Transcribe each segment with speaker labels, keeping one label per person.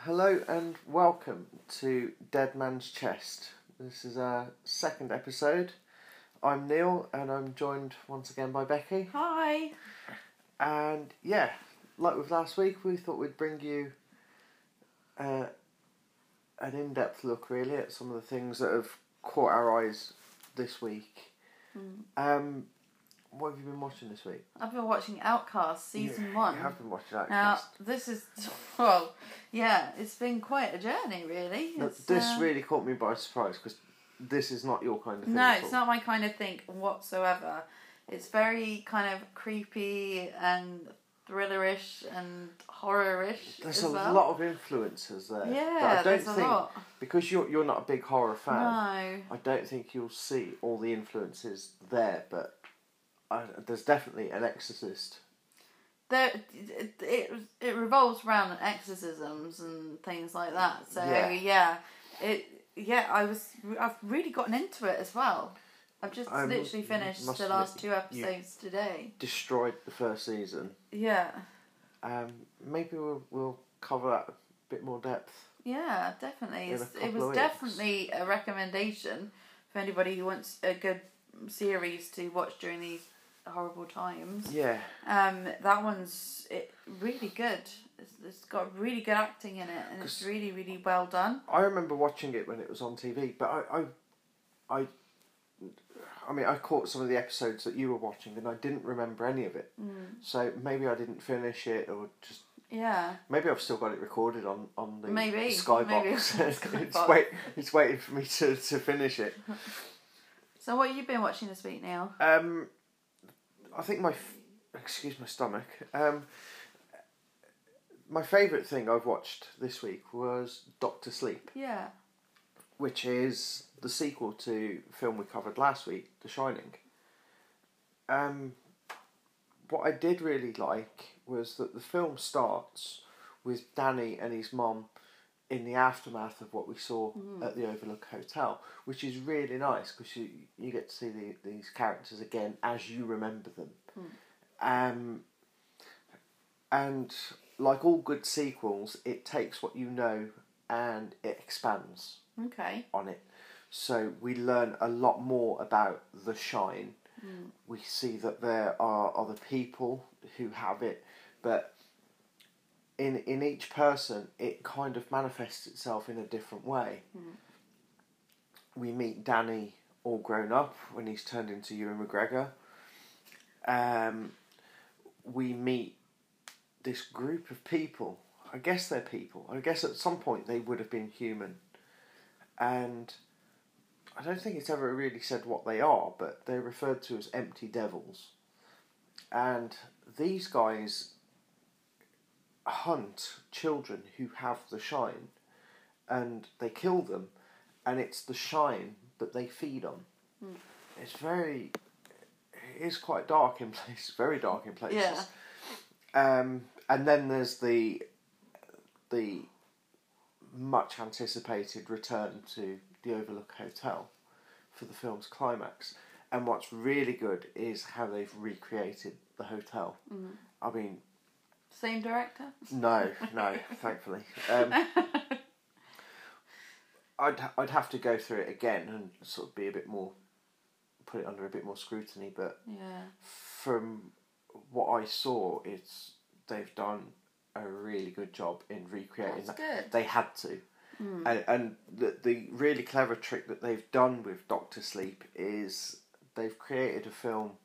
Speaker 1: Hello and welcome to Dead Man's Chest. This is our second episode. I'm Neil and I'm joined once again by Becky.
Speaker 2: Hi.
Speaker 1: And yeah, like with last week, we thought we'd bring you uh, an in depth look really at some of the things that have caught our eyes this week.
Speaker 2: Hmm.
Speaker 1: Um, what have you been watching this week?
Speaker 2: I've been watching Outcast season
Speaker 1: You-
Speaker 2: one.
Speaker 1: You have been watching Outcast.
Speaker 2: now this is well, yeah, it's been quite a journey, really.
Speaker 1: Now,
Speaker 2: It's,
Speaker 1: this
Speaker 2: um,
Speaker 1: really caught me by surprise because this is not your kind of thing.
Speaker 2: no,
Speaker 1: at
Speaker 2: it's
Speaker 1: all.
Speaker 2: not my kind of thing whatsoever. It's very kind of creepy and thrillerish and horror-ish.
Speaker 1: There's
Speaker 2: as
Speaker 1: a
Speaker 2: well.
Speaker 1: lot of influences there.
Speaker 2: Yeah,
Speaker 1: that I don't
Speaker 2: there's a
Speaker 1: think
Speaker 2: lot.
Speaker 1: because you're you're not a big horror fan.
Speaker 2: No,
Speaker 1: I don't think you'll see all the influences there, but I, there's definitely an exorcist.
Speaker 2: there, it, it it revolves around exorcisms and things like that. So
Speaker 1: Yeah.
Speaker 2: yeah. it yeah I was I've really gotten into it as well. I've just
Speaker 1: I
Speaker 2: literally finished
Speaker 1: must
Speaker 2: the
Speaker 1: admit,
Speaker 2: last two episodes today.
Speaker 1: Destroyed the first season.
Speaker 2: Yeah,
Speaker 1: Um, maybe we'll, we'll cover that a bit more depth.
Speaker 2: yeah, definitely.
Speaker 1: In a
Speaker 2: It's,
Speaker 1: couple
Speaker 2: it
Speaker 1: of
Speaker 2: was
Speaker 1: weeks.
Speaker 2: definitely a recommendation for anybody who wants a good series to watch during these horrible times.
Speaker 1: Yeah,
Speaker 2: Um, that one's it, really good. It's, it's got really good acting in it, and it's
Speaker 1: 'Cause-
Speaker 2: really really well done.
Speaker 1: I remember watching it when it was on TV, but I, I, I, I mean, I caught some of the episodes that you were watching, and I didn't remember any of it.
Speaker 2: Mm.
Speaker 1: So maybe I didn't finish it, or just
Speaker 2: Yeah.
Speaker 1: Maybe I've still got it recorded on on the
Speaker 2: Maybe, maybe
Speaker 1: Skybox.
Speaker 2: it's on
Speaker 1: it's
Speaker 2: Skybox.
Speaker 1: wait, it's waiting for me to, to finish it.
Speaker 2: So what have you been watching this week, Neil?
Speaker 1: Um, I think my f- excuse my stomach. Um, my favourite thing I've watched this week was Doctor Sleep,
Speaker 2: Yeah.
Speaker 1: which is the sequel to a film we covered last week, The Shining. Um, what I did really like was that the film starts with Danny and his mom in the aftermath of what we saw at the Overlook Hotel, which is really nice because you, you get to see the, these characters again as you remember them. Um, and like all good sequels, it takes what you know and it expands
Speaker 2: Okay.
Speaker 1: on it. So we learn a lot more about the shine. We see that there are other people who have it, but in in each person, it kind of manifests itself in a different way. We meet Danny all grown up when he's turned into Ewan McGregor. Um, we meet this group of people. I guess they're people. I guess at some point they would have been human and I don't think it's ever really said what they are, but they're referred to as empty devils. And these guys hunt children who have the shine and they kill them, and it's the shine that they feed on. It's very, it is quite dark in places, very dark in places.
Speaker 2: Yeah.
Speaker 1: Um, and then there's the the much anticipated return to the Overlook Hotel for the film's climax. And what's really good is how they've recreated the hotel. I mean,
Speaker 2: Same director?
Speaker 1: no, no, thankfully. Um, I'd ha- I'd have to go through it again and sort of be a bit more, put it under a bit more scrutiny. But
Speaker 2: Yeah.
Speaker 1: from what I saw, it's they've done a really good job in recreating that.
Speaker 2: That's good. Hmm.
Speaker 1: They had to, and and the the really clever trick that they've done with Doctor Sleep is they've created a film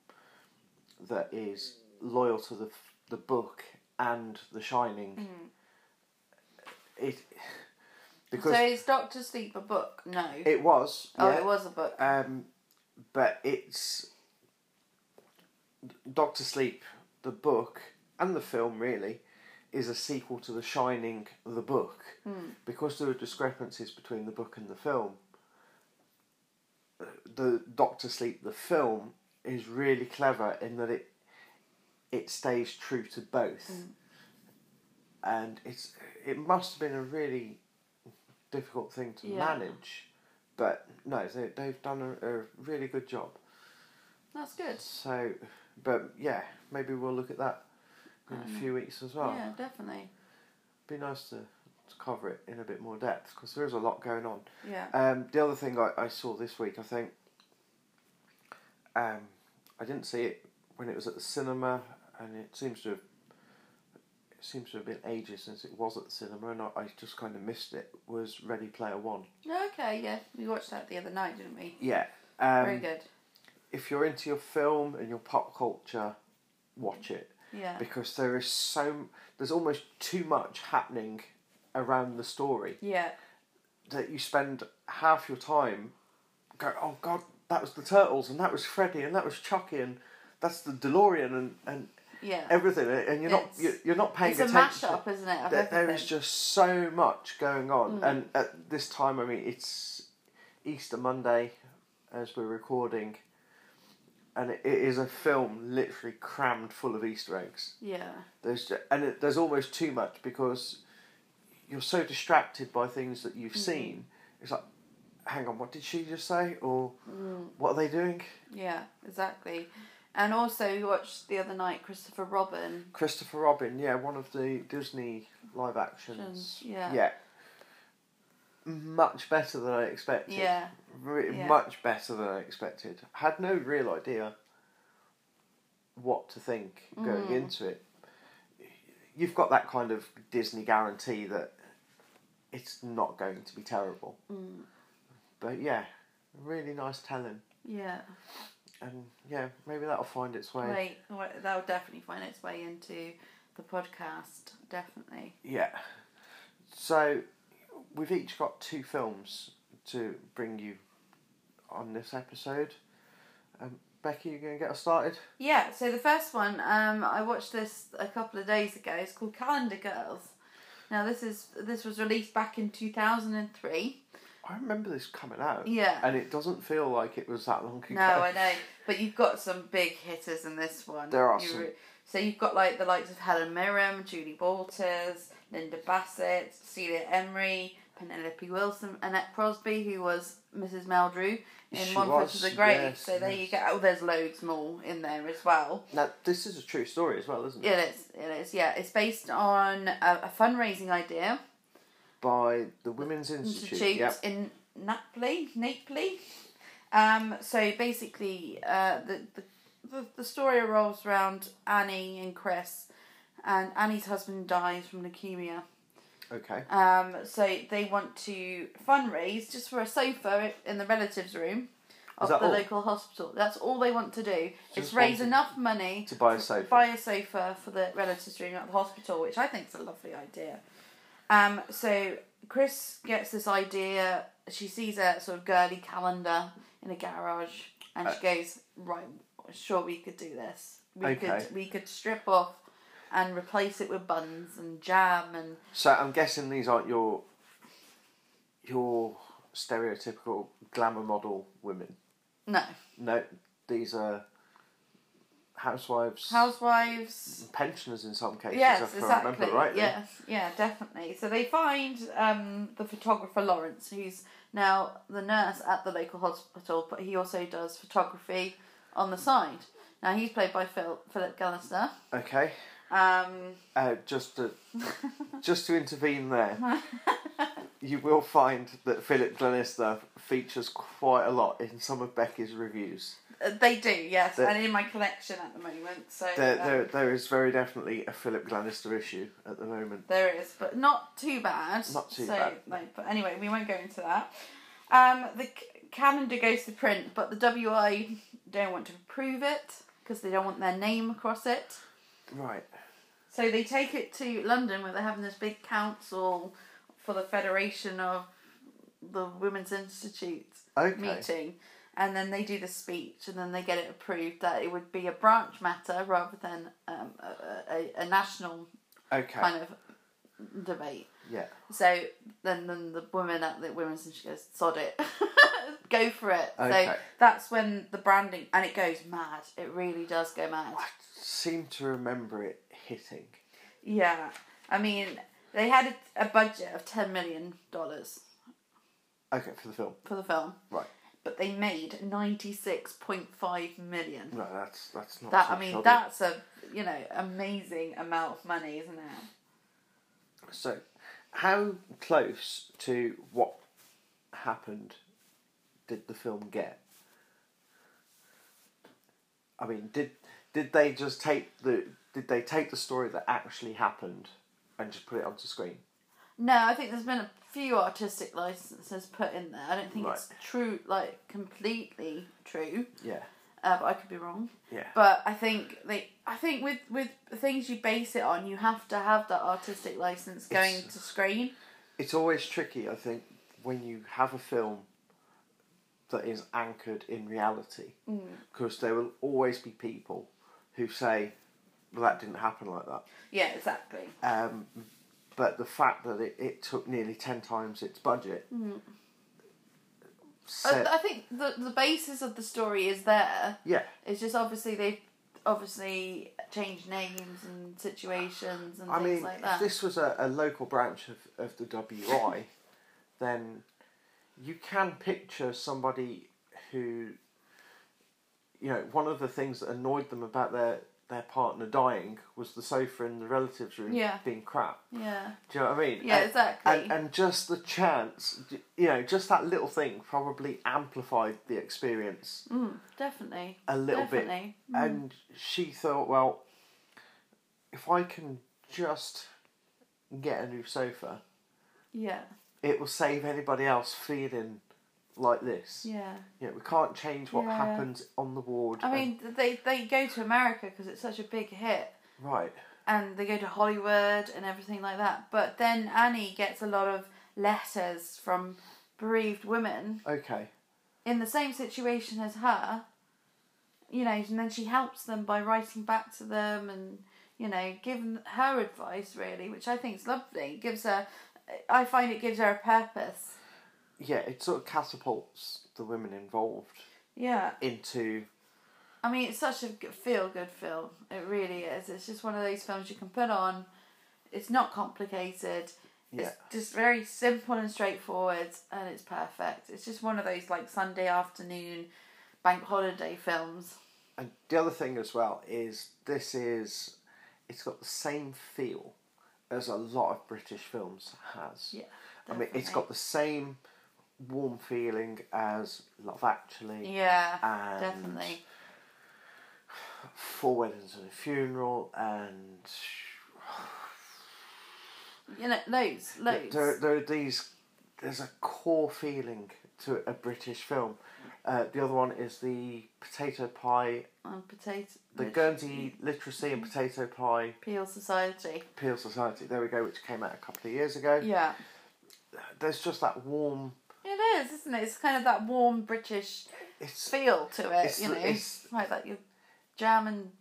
Speaker 1: that is loyal to the f- the book and The Shining. It because
Speaker 2: Hmm. so is Doctor Sleep a book? No.
Speaker 1: it was
Speaker 2: oh,
Speaker 1: yeah.
Speaker 2: it was a book.
Speaker 1: Um, but it's Doctor Sleep, the book and the film really, is a sequel to The Shining, the book, because there are discrepancies between the book and the film. The Doctor Sleep, the film, is really clever in that it it stays true to both, and it's it must have been a really difficult thing to
Speaker 2: Yeah.
Speaker 1: manage. But no, they, they've done a, a really good job.
Speaker 2: That's good.
Speaker 1: So, but yeah,
Speaker 2: Mm.
Speaker 1: maybe we'll look at that in a few weeks as well.
Speaker 2: Yeah, definitely.
Speaker 1: Be nice to to cover it in a bit more depth because there is a lot going on.
Speaker 2: yeah,
Speaker 1: Um, the other thing I, I saw this week, I think, um, I didn't see it when it was at the cinema, and it seems to have it seems to have been ages since it was at the cinema, and I, I just kind of missed it. Was Ready Player One?
Speaker 2: No, okay, yeah, we watched that the other night, didn't we?
Speaker 1: Yeah. Um,
Speaker 2: Very good.
Speaker 1: If you're into your film and your pop culture, watch it
Speaker 2: Yeah,
Speaker 1: because there is so there's almost too much happening around the story.
Speaker 2: yeah,
Speaker 1: that you spend half your time go, oh god, that was the turtles and that was Freddy and that was Chucky and that's the DeLorean and, and
Speaker 2: yeah.
Speaker 1: everything and you're
Speaker 2: It's-
Speaker 1: not you're, you're not paying
Speaker 2: It's a
Speaker 1: attention.
Speaker 2: mashup, isn't it? of
Speaker 1: There- there is
Speaker 2: everything? Mm.
Speaker 1: just so much going on, and at this time, I mean, it's Easter Monday as we're recording, and it is a film literally crammed full of Easter eggs.
Speaker 2: yeah,
Speaker 1: There's ju- and it, there's almost too much because you're so distracted by things that
Speaker 2: Mm.
Speaker 1: you've seen. It's like, hang on, what did she just say? Or
Speaker 2: Mm.
Speaker 1: what are they doing?
Speaker 2: yeah, exactly. And also, we watched the other night Christopher Robin.
Speaker 1: Christopher Robin, yeah, one of the Disney live actions.
Speaker 2: Actions, yeah.
Speaker 1: Yeah. Much better than I expected.
Speaker 2: Yeah,
Speaker 1: Re-
Speaker 2: yeah.
Speaker 1: Much better than I expected. Had no real idea what to think going into it. You've got that kind of Disney guarantee that it's not going to be terrible. But yeah, really nice telling.
Speaker 2: yeah.
Speaker 1: And yeah, maybe that'll find its way.
Speaker 2: Wait, wait, that'll definitely find its way into the podcast. Definitely.
Speaker 1: Yeah. So we've each got two films to bring you on this episode. Um, Becky, you going to get us started?
Speaker 2: Yeah, so the first one, um, I watched this a couple of days ago. It's called Calendar Girls. Now this is this was released back in two thousand and three.
Speaker 1: I remember this coming out.
Speaker 2: Yeah.
Speaker 1: And it doesn't feel like it was that long ago.
Speaker 2: No, I know, but you've got some big hitters in this one.
Speaker 1: There are
Speaker 2: You
Speaker 1: some.
Speaker 2: re- so you've got like the likes of Helen Mirren, Julie Walters, Linda Bassett, Celia Emery, Penelope Wilson, Annette Crosby, who was Mrs. Meldrew in
Speaker 1: She
Speaker 2: One Foot
Speaker 1: was,
Speaker 2: to the Grave.
Speaker 1: yes,
Speaker 2: so there you
Speaker 1: yes.
Speaker 2: go. Oh, there's loads more in there as well.
Speaker 1: Now, this is a true story as well, isn't it?
Speaker 2: It is. It is. Yeah, it's based on a, a fundraising idea
Speaker 1: By the Women's Institute.
Speaker 2: institute
Speaker 1: Yep.
Speaker 2: in Napoli, Napoli. Um, so basically, uh, the, the the the story revolves around Annie and Chris, and Annie's husband dies from leukemia.
Speaker 1: Okay.
Speaker 2: Um, so they want to fundraise just for a sofa in the relatives' room of
Speaker 1: that
Speaker 2: the
Speaker 1: all?
Speaker 2: local hospital. That's all they want to do.
Speaker 1: Just
Speaker 2: is raise
Speaker 1: wanted-
Speaker 2: enough money
Speaker 1: To buy a sofa.
Speaker 2: buy a sofa for the relatives room at the hospital, which I think is a lovely idea. Um, so Chris gets this idea. She sees a sort of girly calendar in a garage, and she
Speaker 1: Uh,
Speaker 2: goes, "Right, sure, we could do this. We
Speaker 1: Okay.
Speaker 2: could we could strip off and replace it with buns and jam and
Speaker 1: So I'm guessing these aren't your your stereotypical glamour model women.
Speaker 2: no
Speaker 1: No, these are housewives.
Speaker 2: housewives."
Speaker 1: pensioners in some cases,
Speaker 2: Yes,
Speaker 1: if I
Speaker 2: exactly.
Speaker 1: remember rightly.
Speaker 2: Yes, yeah, definitely. So they find um, the photographer Lawrence, who's now the nurse at the local hospital, but he also does photography on the side. Now he's played by Phil Philip Gallister.
Speaker 1: Okay,
Speaker 2: Um,
Speaker 1: uh, just to just to intervene there, you will find that Philip Glenister features quite a lot in some of Becky's reviews.
Speaker 2: they do, yes,
Speaker 1: The-
Speaker 2: and in my collection at the moment. So
Speaker 1: There,
Speaker 2: um,
Speaker 1: there, there is very definitely a Philip Glenister issue at the moment.
Speaker 2: There is, but not too bad.
Speaker 1: Not too
Speaker 2: so,
Speaker 1: bad.
Speaker 2: No, but anyway, we won't go into that. Um, the c- calendar goes to print, but the WI don't want to approve it because they don't want their name across it.
Speaker 1: Right.
Speaker 2: So they take it to London where they're having this big council for the Federation of the Women's Institute
Speaker 1: Okay.
Speaker 2: meeting. And then they do the speech, and then they get it approved that it would be a branch matter rather than um, a, a, a national
Speaker 1: Okay.
Speaker 2: kind of debate.
Speaker 1: Yeah.
Speaker 2: So then, then the woman at the women's and she goes, "Sod it, go for it." So
Speaker 1: Okay.
Speaker 2: that's when the branding and it goes mad. It really does go mad.
Speaker 1: Seem to remember it hitting.
Speaker 2: Yeah, I mean they had a, a budget of ten million dollars
Speaker 1: Okay, for the film.
Speaker 2: for the film,
Speaker 1: Right.
Speaker 2: but they made ninety six point five million.
Speaker 1: No, that's that's not.
Speaker 2: That
Speaker 1: so
Speaker 2: I mean,
Speaker 1: shoddy.
Speaker 2: that's a you know amazing amount of money, isn't it?
Speaker 1: So, How close to what happened did the film get? I mean, did did they just take the did they take the story that actually happened and just put it onto screen?
Speaker 2: No, I think there's been a few artistic licenses put in there. I don't think it's true, like completely true,
Speaker 1: Yeah,
Speaker 2: uh, but I could be wrong.
Speaker 1: yeah,
Speaker 2: But I think they, I think with with the things you base it on, you have to have that artistic license going
Speaker 1: It's-
Speaker 2: to screen.
Speaker 1: it's always tricky, I think, when you have a film that is anchored in reality, because there will always be people who say, "Well, that didn't happen like that."
Speaker 2: Yeah, exactly.
Speaker 1: Um, but the fact that it, it took nearly ten times its budget.
Speaker 2: I,
Speaker 1: said-
Speaker 2: I think the the basis of the story is there.
Speaker 1: yeah,
Speaker 2: It's just obviously they've obviously changed names and situations and
Speaker 1: I
Speaker 2: things
Speaker 1: mean,
Speaker 2: like
Speaker 1: if
Speaker 2: that.
Speaker 1: this was a, a local branch of, of the WI, then you can picture somebody who, you know, one of the things that annoyed them about their, their partner dying was the sofa in the relatives' room
Speaker 2: Yeah.
Speaker 1: being crap.
Speaker 2: Yeah.
Speaker 1: Do you know what I mean? Uh,
Speaker 2: Yeah,
Speaker 1: And-
Speaker 2: exactly.
Speaker 1: And, and just the chance, you know, just that little thing probably amplified the experience
Speaker 2: Mm, definitely.
Speaker 1: a little bit
Speaker 2: definitely. Mm.
Speaker 1: and she thought, well, if I can just get a new sofa,
Speaker 2: Yeah.
Speaker 1: it will save anybody else feeling like this.
Speaker 2: Yeah.
Speaker 1: You know, we can't change what
Speaker 2: Yeah.
Speaker 1: happens on the ward.
Speaker 2: I
Speaker 1: and-
Speaker 2: mean, they they go to America because it's such a big hit,
Speaker 1: right.
Speaker 2: and they go to Hollywood and everything like that. But then Annie gets a lot of letters from bereaved women
Speaker 1: Okay.
Speaker 2: in the same situation as her. You know, and then she helps them by writing back to them and you know giving her advice really, which I think is lovely. It gives her, I find it gives her a purpose.
Speaker 1: Yeah, it sort of catapults the women involved
Speaker 2: Yeah.
Speaker 1: into.
Speaker 2: I mean, it's such a feel good film. It really is. It's just one of those films you can put on. It's not complicated.
Speaker 1: Yeah.
Speaker 2: It's just very simple and straightforward, and it's perfect. It's just one of those like Sunday afternoon bank holiday films.
Speaker 1: And the other thing as well is this is. It's got the same feel as a lot of British films has.
Speaker 2: Yeah.
Speaker 1: I mean, it's got the same warm feeling as Love Actually,
Speaker 2: Yeah.
Speaker 1: and
Speaker 2: Definitely.
Speaker 1: Four Weddings and a Funeral, and
Speaker 2: You know, loads, loads.
Speaker 1: there, there are these. There's a core feeling to a British film. Uh, the other one is the potato pie,
Speaker 2: And potato.
Speaker 1: the Guernsey Literacy and Potato Pie
Speaker 2: Peel Society.
Speaker 1: Peel Society. There we go, which came out a couple of years ago.
Speaker 2: Yeah.
Speaker 1: There's just that warm.
Speaker 2: It is, isn't it? It's kind of that warm British
Speaker 1: It's
Speaker 2: feel to it,
Speaker 1: It's-
Speaker 2: you know.
Speaker 1: it's-
Speaker 2: like that your jam and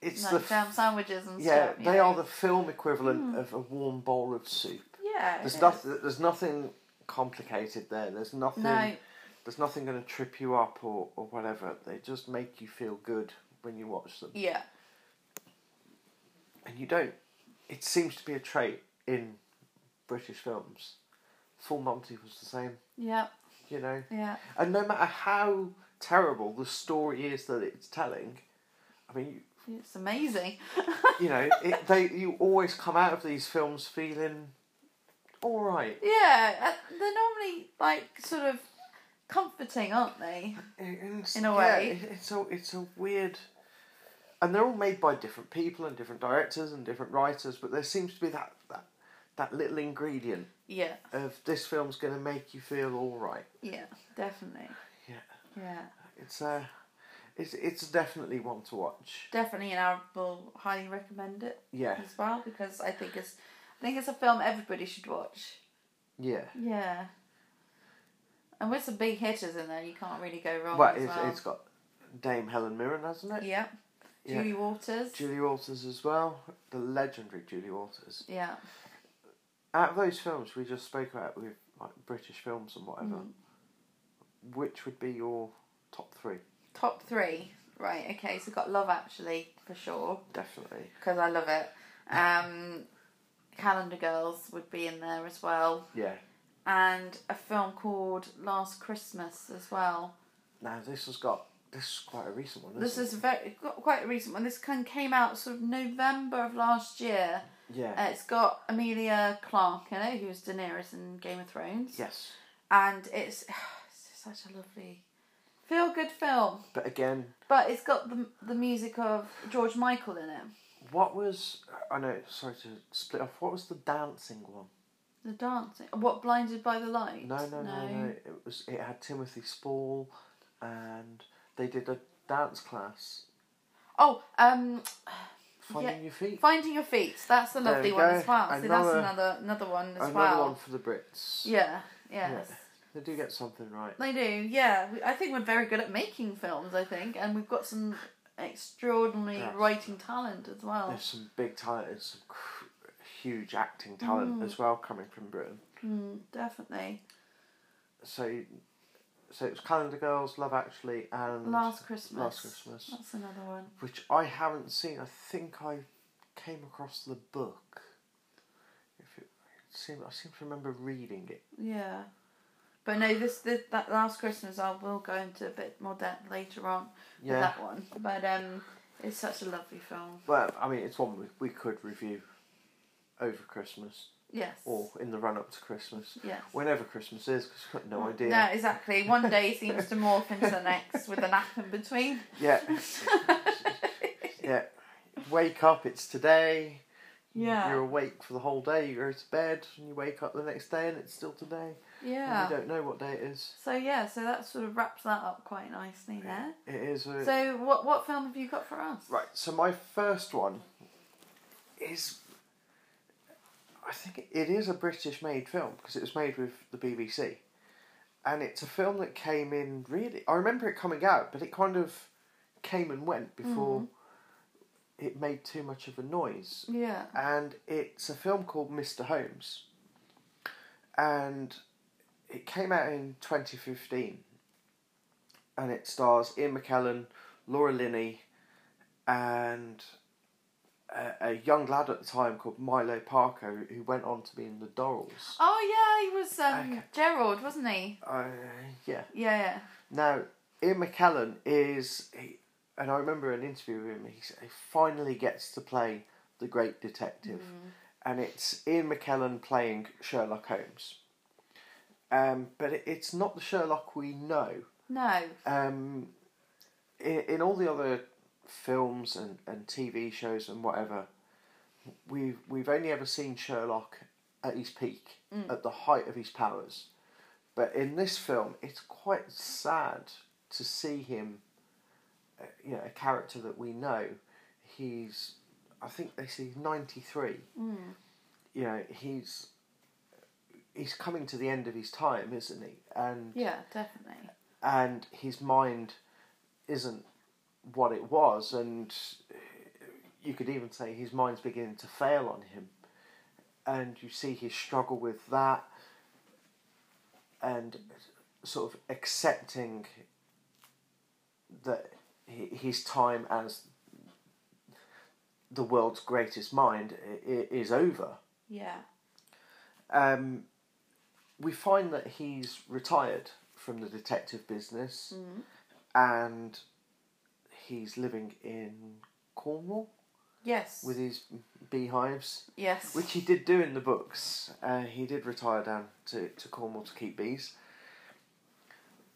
Speaker 1: it's
Speaker 2: like
Speaker 1: the
Speaker 2: jam sandwiches and
Speaker 1: yeah.
Speaker 2: stuff. you
Speaker 1: They
Speaker 2: know. Hmm.
Speaker 1: are the film equivalent of a warm bowl of soup.
Speaker 2: Yeah. it
Speaker 1: There's
Speaker 2: is.
Speaker 1: nothing. There's nothing complicated there. There's nothing.
Speaker 2: No,
Speaker 1: There's nothing going to trip you up or, or whatever. They just make you feel good when you watch them,
Speaker 2: yeah,
Speaker 1: and you don't. It seems to be a trait in British films. Full Monty was the same,
Speaker 2: yeah,
Speaker 1: you know.
Speaker 2: yeah,
Speaker 1: And no matter how terrible the story is that it's telling, I mean,
Speaker 2: it's amazing.
Speaker 1: you, you know, it, they you always come out of these films feeling all right.
Speaker 2: yeah, uh, they're normally like sort of comforting, aren't they?
Speaker 1: It's-
Speaker 2: In a
Speaker 1: yeah,
Speaker 2: way.
Speaker 1: it- it's a it's a weird, and they're all made by different people and different directors and different writers, but there seems to be that that, that little ingredient
Speaker 2: Yeah,
Speaker 1: of this film's going to make you feel all right.
Speaker 2: yeah, definitely.
Speaker 1: Yeah.
Speaker 2: Yeah,
Speaker 1: It's a, it's it's definitely one to watch.
Speaker 2: definitely, and I will highly recommend it
Speaker 1: Yeah,
Speaker 2: as well because I think it's, I think it's a film everybody should watch.
Speaker 1: yeah.
Speaker 2: Yeah, and with some big hitters in there, you can't really go wrong.
Speaker 1: Well,
Speaker 2: as
Speaker 1: it's,
Speaker 2: well.
Speaker 1: it's got Dame Helen Mirren, hasn't it?
Speaker 2: yeah,
Speaker 1: Yeah.
Speaker 2: Julie Waters.
Speaker 1: Julie Walters as well, the legendary Julie Walters.
Speaker 2: yeah,
Speaker 1: Out of those films we just spoke about, with like British films and whatever,
Speaker 2: Mm.
Speaker 1: which would be your top three?
Speaker 2: top three. Right. Okay. So we've got Love Actually for sure.
Speaker 1: Definitely.
Speaker 2: because I love it. Um, Calendar Girls would be in there as well,
Speaker 1: Yeah.
Speaker 2: and a film called Last Christmas as well.
Speaker 1: Now this has got this is quite a recent one. Isn't
Speaker 2: This
Speaker 1: it?
Speaker 2: is very quite a recent one. This kind of came out sort of November of last year,
Speaker 1: Yeah.
Speaker 2: Uh, it's got Amelia Clark in it, who's Daenerys in Game of Thrones.
Speaker 1: yes.
Speaker 2: And it's, it's such a lovely, feel good film.
Speaker 1: But again,
Speaker 2: But it's got the, the music of George Michael in it.
Speaker 1: what was I know? Sorry to split off. What was the dancing one?
Speaker 2: The dancing. What, Blinded by the Light?
Speaker 1: No, no, no, no. It was. It had Timothy Spall, and they did a dance class.
Speaker 2: Oh, um,
Speaker 1: Finding
Speaker 2: Yeah.
Speaker 1: your feet.
Speaker 2: Finding Your Feet. That's a
Speaker 1: There
Speaker 2: lovely
Speaker 1: we
Speaker 2: one
Speaker 1: go.
Speaker 2: as well. See, that's
Speaker 1: Another-
Speaker 2: another another one as
Speaker 1: Another
Speaker 2: well.
Speaker 1: one for the Brits.
Speaker 2: Yeah, yes.
Speaker 1: Yeah. They do get something right.
Speaker 2: They do, yeah. We- I think we're very good at making films, I think, and we've got some extraordinary
Speaker 1: Yes.
Speaker 2: writing talent as well.
Speaker 1: There's some big talent and some cr- huge acting talent as well coming from Britain.
Speaker 2: Mm, definitely.
Speaker 1: So, so it was Calendar Girls, Love Actually, and
Speaker 2: Last Christmas. Oh.
Speaker 1: Last Christmas,
Speaker 2: That's another one.
Speaker 1: which I haven't seen. I think I came across the book. If it, it seem, I seem to remember reading it.
Speaker 2: Yeah. But no, this, this that last Christmas I will go into a bit more depth later on with
Speaker 1: Yeah.
Speaker 2: that one. But um, it's such a lovely film.
Speaker 1: Well, I mean, it's one we, we could review over Christmas
Speaker 2: Yes.
Speaker 1: or in the run up to Christmas,
Speaker 2: yes.
Speaker 1: whenever Christmas is, because we've got no idea.
Speaker 2: Oh, No, exactly. One day seems to morph into the next with a nap in between.
Speaker 1: Yeah, yeah. Wake up, it's today. You're
Speaker 2: yeah.
Speaker 1: awake for the whole day. You go to bed and you wake up the next day and it's still today. And you
Speaker 2: Yeah.
Speaker 1: don't know what day it is.
Speaker 2: So yeah, so that sort of wraps that up quite nicely there.
Speaker 1: It is a
Speaker 2: So what what film have you got for us?
Speaker 1: right. So my first one is. I think it is a British-made film because it was made with the BBC, and it's a film that came in really. I remember it coming out, but it kind of came and went before
Speaker 2: Mm-hmm.
Speaker 1: it made too much of a noise.
Speaker 2: Yeah.
Speaker 1: and it's a film called Mr. Holmes. And it came out in 2015. And it stars Ian McKellen, Laura Linney, and a, a young lad at the time called Milo Parker, who went on to be in the Dorals.
Speaker 2: Oh yeah, he was um,
Speaker 1: Okay.
Speaker 2: Gerald, wasn't he?
Speaker 1: Uh, yeah.
Speaker 2: Yeah. yeah.
Speaker 1: Now, Ian McKellen is, he, and I remember an interview with him, he, s- he finally gets to play the great detective. And it's Ian McKellen playing Sherlock Holmes. Um, but it, it's not the Sherlock we know.
Speaker 2: No.
Speaker 1: Um, in, in all the other films and, and TV shows and whatever, we've, we've only ever seen Sherlock at his peak, at the height of his powers. But in this film, it's quite sad to see him, uh, you know, a character that we know. He's, I think they say he's 93. You know, he's he's coming to the end of his time, isn't he? And
Speaker 2: Yeah, definitely.
Speaker 1: and his mind isn't what it was, and you could even say his mind's beginning to fail on him. And you see his struggle with that, and sort of accepting that hi- his time as the world's greatest mind i- i- is over.
Speaker 2: Yeah.
Speaker 1: Um, we find that he's retired from the detective business and he's living in Cornwall
Speaker 2: Yes.
Speaker 1: with his beehives,
Speaker 2: yes.
Speaker 1: which he did do in the books. Uh, he did retire down to, to Cornwall to keep bees.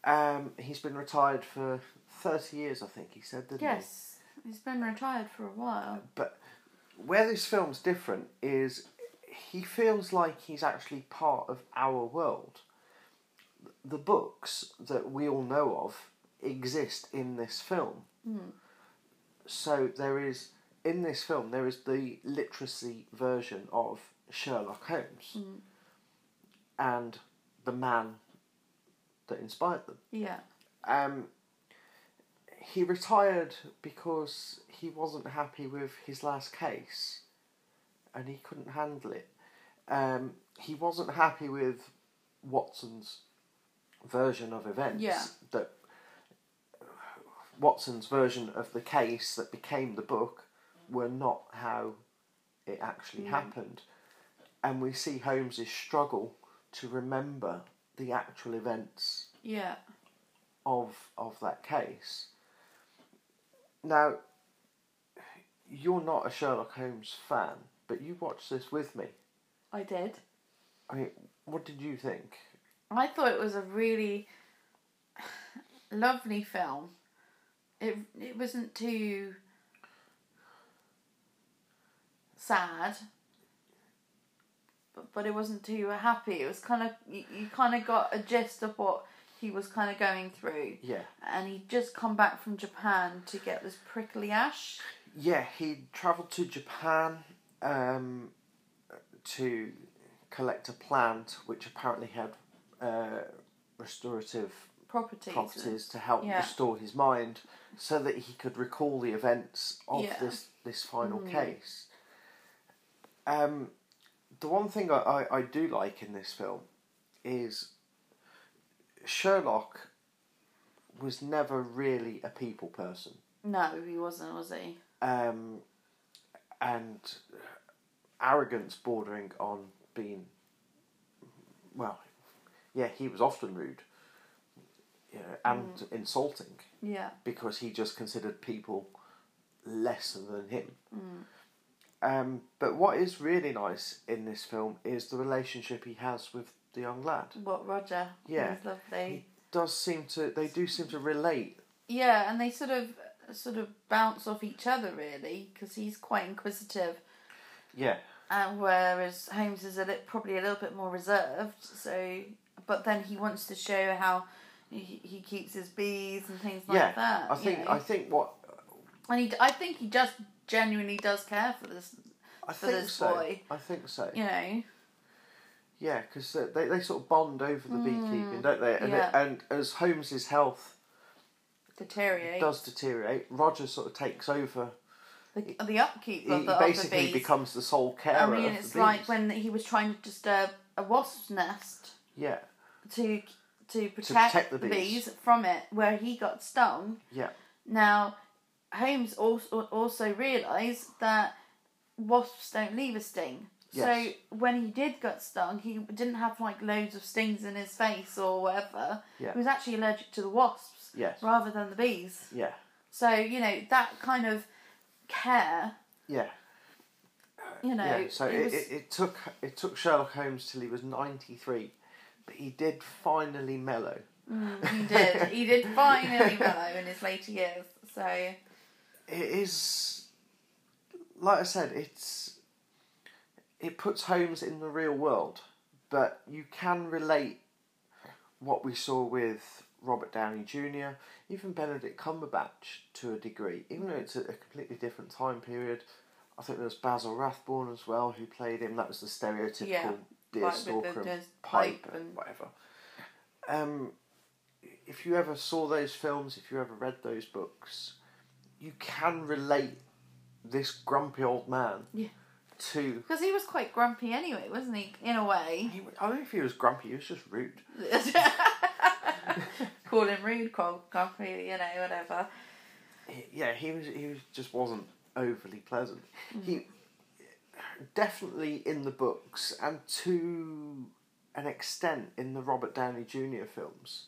Speaker 1: Um, he's been retired for 30 years, I think he said, didn't he?
Speaker 2: Yes, he's been retired for a while.
Speaker 1: But where this film's different is he feels like he's actually part of our world. The books that we all know of exist in this film. So there is in this film there is the literacy version of Sherlock Holmes and the man that inspired them
Speaker 2: Yeah,
Speaker 1: um, he retired because he wasn't happy with his last case and he couldn't handle it. Um, he wasn't happy with Watson's version of events.
Speaker 2: Yeah.
Speaker 1: That Watson's version of the case that became the book were not how it actually happened. And we see Holmes's struggle to remember the actual events
Speaker 2: yeah,
Speaker 1: of of that case. Now, you're not a Sherlock Holmes fan, But you watched this with me.
Speaker 2: I did.
Speaker 1: I mean, what did you think?
Speaker 2: I thought it was a really lovely film. It it wasn't too sad, but, but it wasn't too happy. It was kind of you, you kind of got a gist of what he was kind of going through,
Speaker 1: Yeah.
Speaker 2: and he'd just come back from Japan to get this prickly ash.
Speaker 1: Yeah, he travelled to Japan um, to collect a plant which apparently had uh, restorative
Speaker 2: Properties.
Speaker 1: properties to help
Speaker 2: Yeah.
Speaker 1: restore his mind so that he could recall the events of
Speaker 2: Yeah. Mm-hmm.
Speaker 1: this, this final case. Um, the one thing I, I, I do like in this film is Sherlock was never really a people person
Speaker 2: No, he wasn't, was he?
Speaker 1: um, and arrogance bordering on being well yeah he was often rude you know, and
Speaker 2: Mm-hmm.
Speaker 1: insulting
Speaker 2: Yeah.
Speaker 1: because he just considered people lesser than him
Speaker 2: Mm.
Speaker 1: um, but what is really nice in this film is the relationship he has with the young lad
Speaker 2: What Roger?
Speaker 1: Yeah.
Speaker 2: He was lovely.
Speaker 1: he does seem to they do seem to relate
Speaker 2: Yeah, and they sort of sort of bounce off each other really because he's quite inquisitive,
Speaker 1: yeah
Speaker 2: and whereas Holmes is a li- probably a little bit more reserved. So, but then he wants to show how he, he keeps his bees and things like
Speaker 1: yeah
Speaker 2: that.
Speaker 1: i
Speaker 2: you
Speaker 1: think
Speaker 2: know.
Speaker 1: i think what
Speaker 2: and he, d- I think he just genuinely does care for this,
Speaker 1: i
Speaker 2: For
Speaker 1: think
Speaker 2: this
Speaker 1: so
Speaker 2: boy.
Speaker 1: i think so
Speaker 2: you know.
Speaker 1: Yeah, because they, they sort of bond over the beekeeping, don't they? And,
Speaker 2: yeah.
Speaker 1: and as Holmes's health
Speaker 2: Deteriorate
Speaker 1: does deteriorate, Roger sort of takes over.
Speaker 2: the, the upkeep
Speaker 1: He,
Speaker 2: of the, of the
Speaker 1: basically
Speaker 2: bees.
Speaker 1: becomes the sole carer
Speaker 2: I mean,
Speaker 1: of
Speaker 2: it's
Speaker 1: the
Speaker 2: like
Speaker 1: bees.
Speaker 2: when he was trying to disturb a wasp's nest.
Speaker 1: Yeah,
Speaker 2: to to protect,
Speaker 1: protect the
Speaker 2: the
Speaker 1: bees.
Speaker 2: bees. from it where he got stung.
Speaker 1: yeah,
Speaker 2: Now, Holmes also also realised that wasps don't leave a sting.
Speaker 1: Yes.
Speaker 2: So when he did get stung, he didn't have like loads of stings in his face or whatever.
Speaker 1: Yeah.
Speaker 2: He was actually allergic to the wasps
Speaker 1: Yes.
Speaker 2: rather than the bees.
Speaker 1: yeah,
Speaker 2: So you know that kind of care.
Speaker 1: yeah,
Speaker 2: You know,
Speaker 1: yeah. So
Speaker 2: it
Speaker 1: it,
Speaker 2: was-
Speaker 1: it, it took it took Sherlock Holmes till he was ninety three, but he did finally mellow.
Speaker 2: he did. he did finally mellow in his later years. So
Speaker 1: it is like I said, it's it puts Holmes in the real world, but you can relate what we saw with Robert Downey Jr., even Benedict Cumberbatch to a degree, even though it's a, a completely different time period. I think there was Basil Rathbone as well who played him. That was the stereotypical
Speaker 2: Yeah,
Speaker 1: deer
Speaker 2: like with
Speaker 1: stalker
Speaker 2: the-
Speaker 1: and
Speaker 2: the
Speaker 1: pipe,
Speaker 2: pipe
Speaker 1: and
Speaker 2: and-
Speaker 1: whatever. Um, if you ever saw those films, if you ever read those books, you can relate this grumpy old man
Speaker 2: Yeah.
Speaker 1: to.
Speaker 2: Because he was quite grumpy anyway, wasn't he? In a way.
Speaker 1: He, I don't know if he was grumpy. He was just rude.
Speaker 2: Call him rude, call grumpy, you know, whatever.
Speaker 1: He- yeah, he was. He was just wasn't overly pleasant.
Speaker 2: Mm.
Speaker 1: He definitely in the books and to an extent in the Robert Downey Jr. films.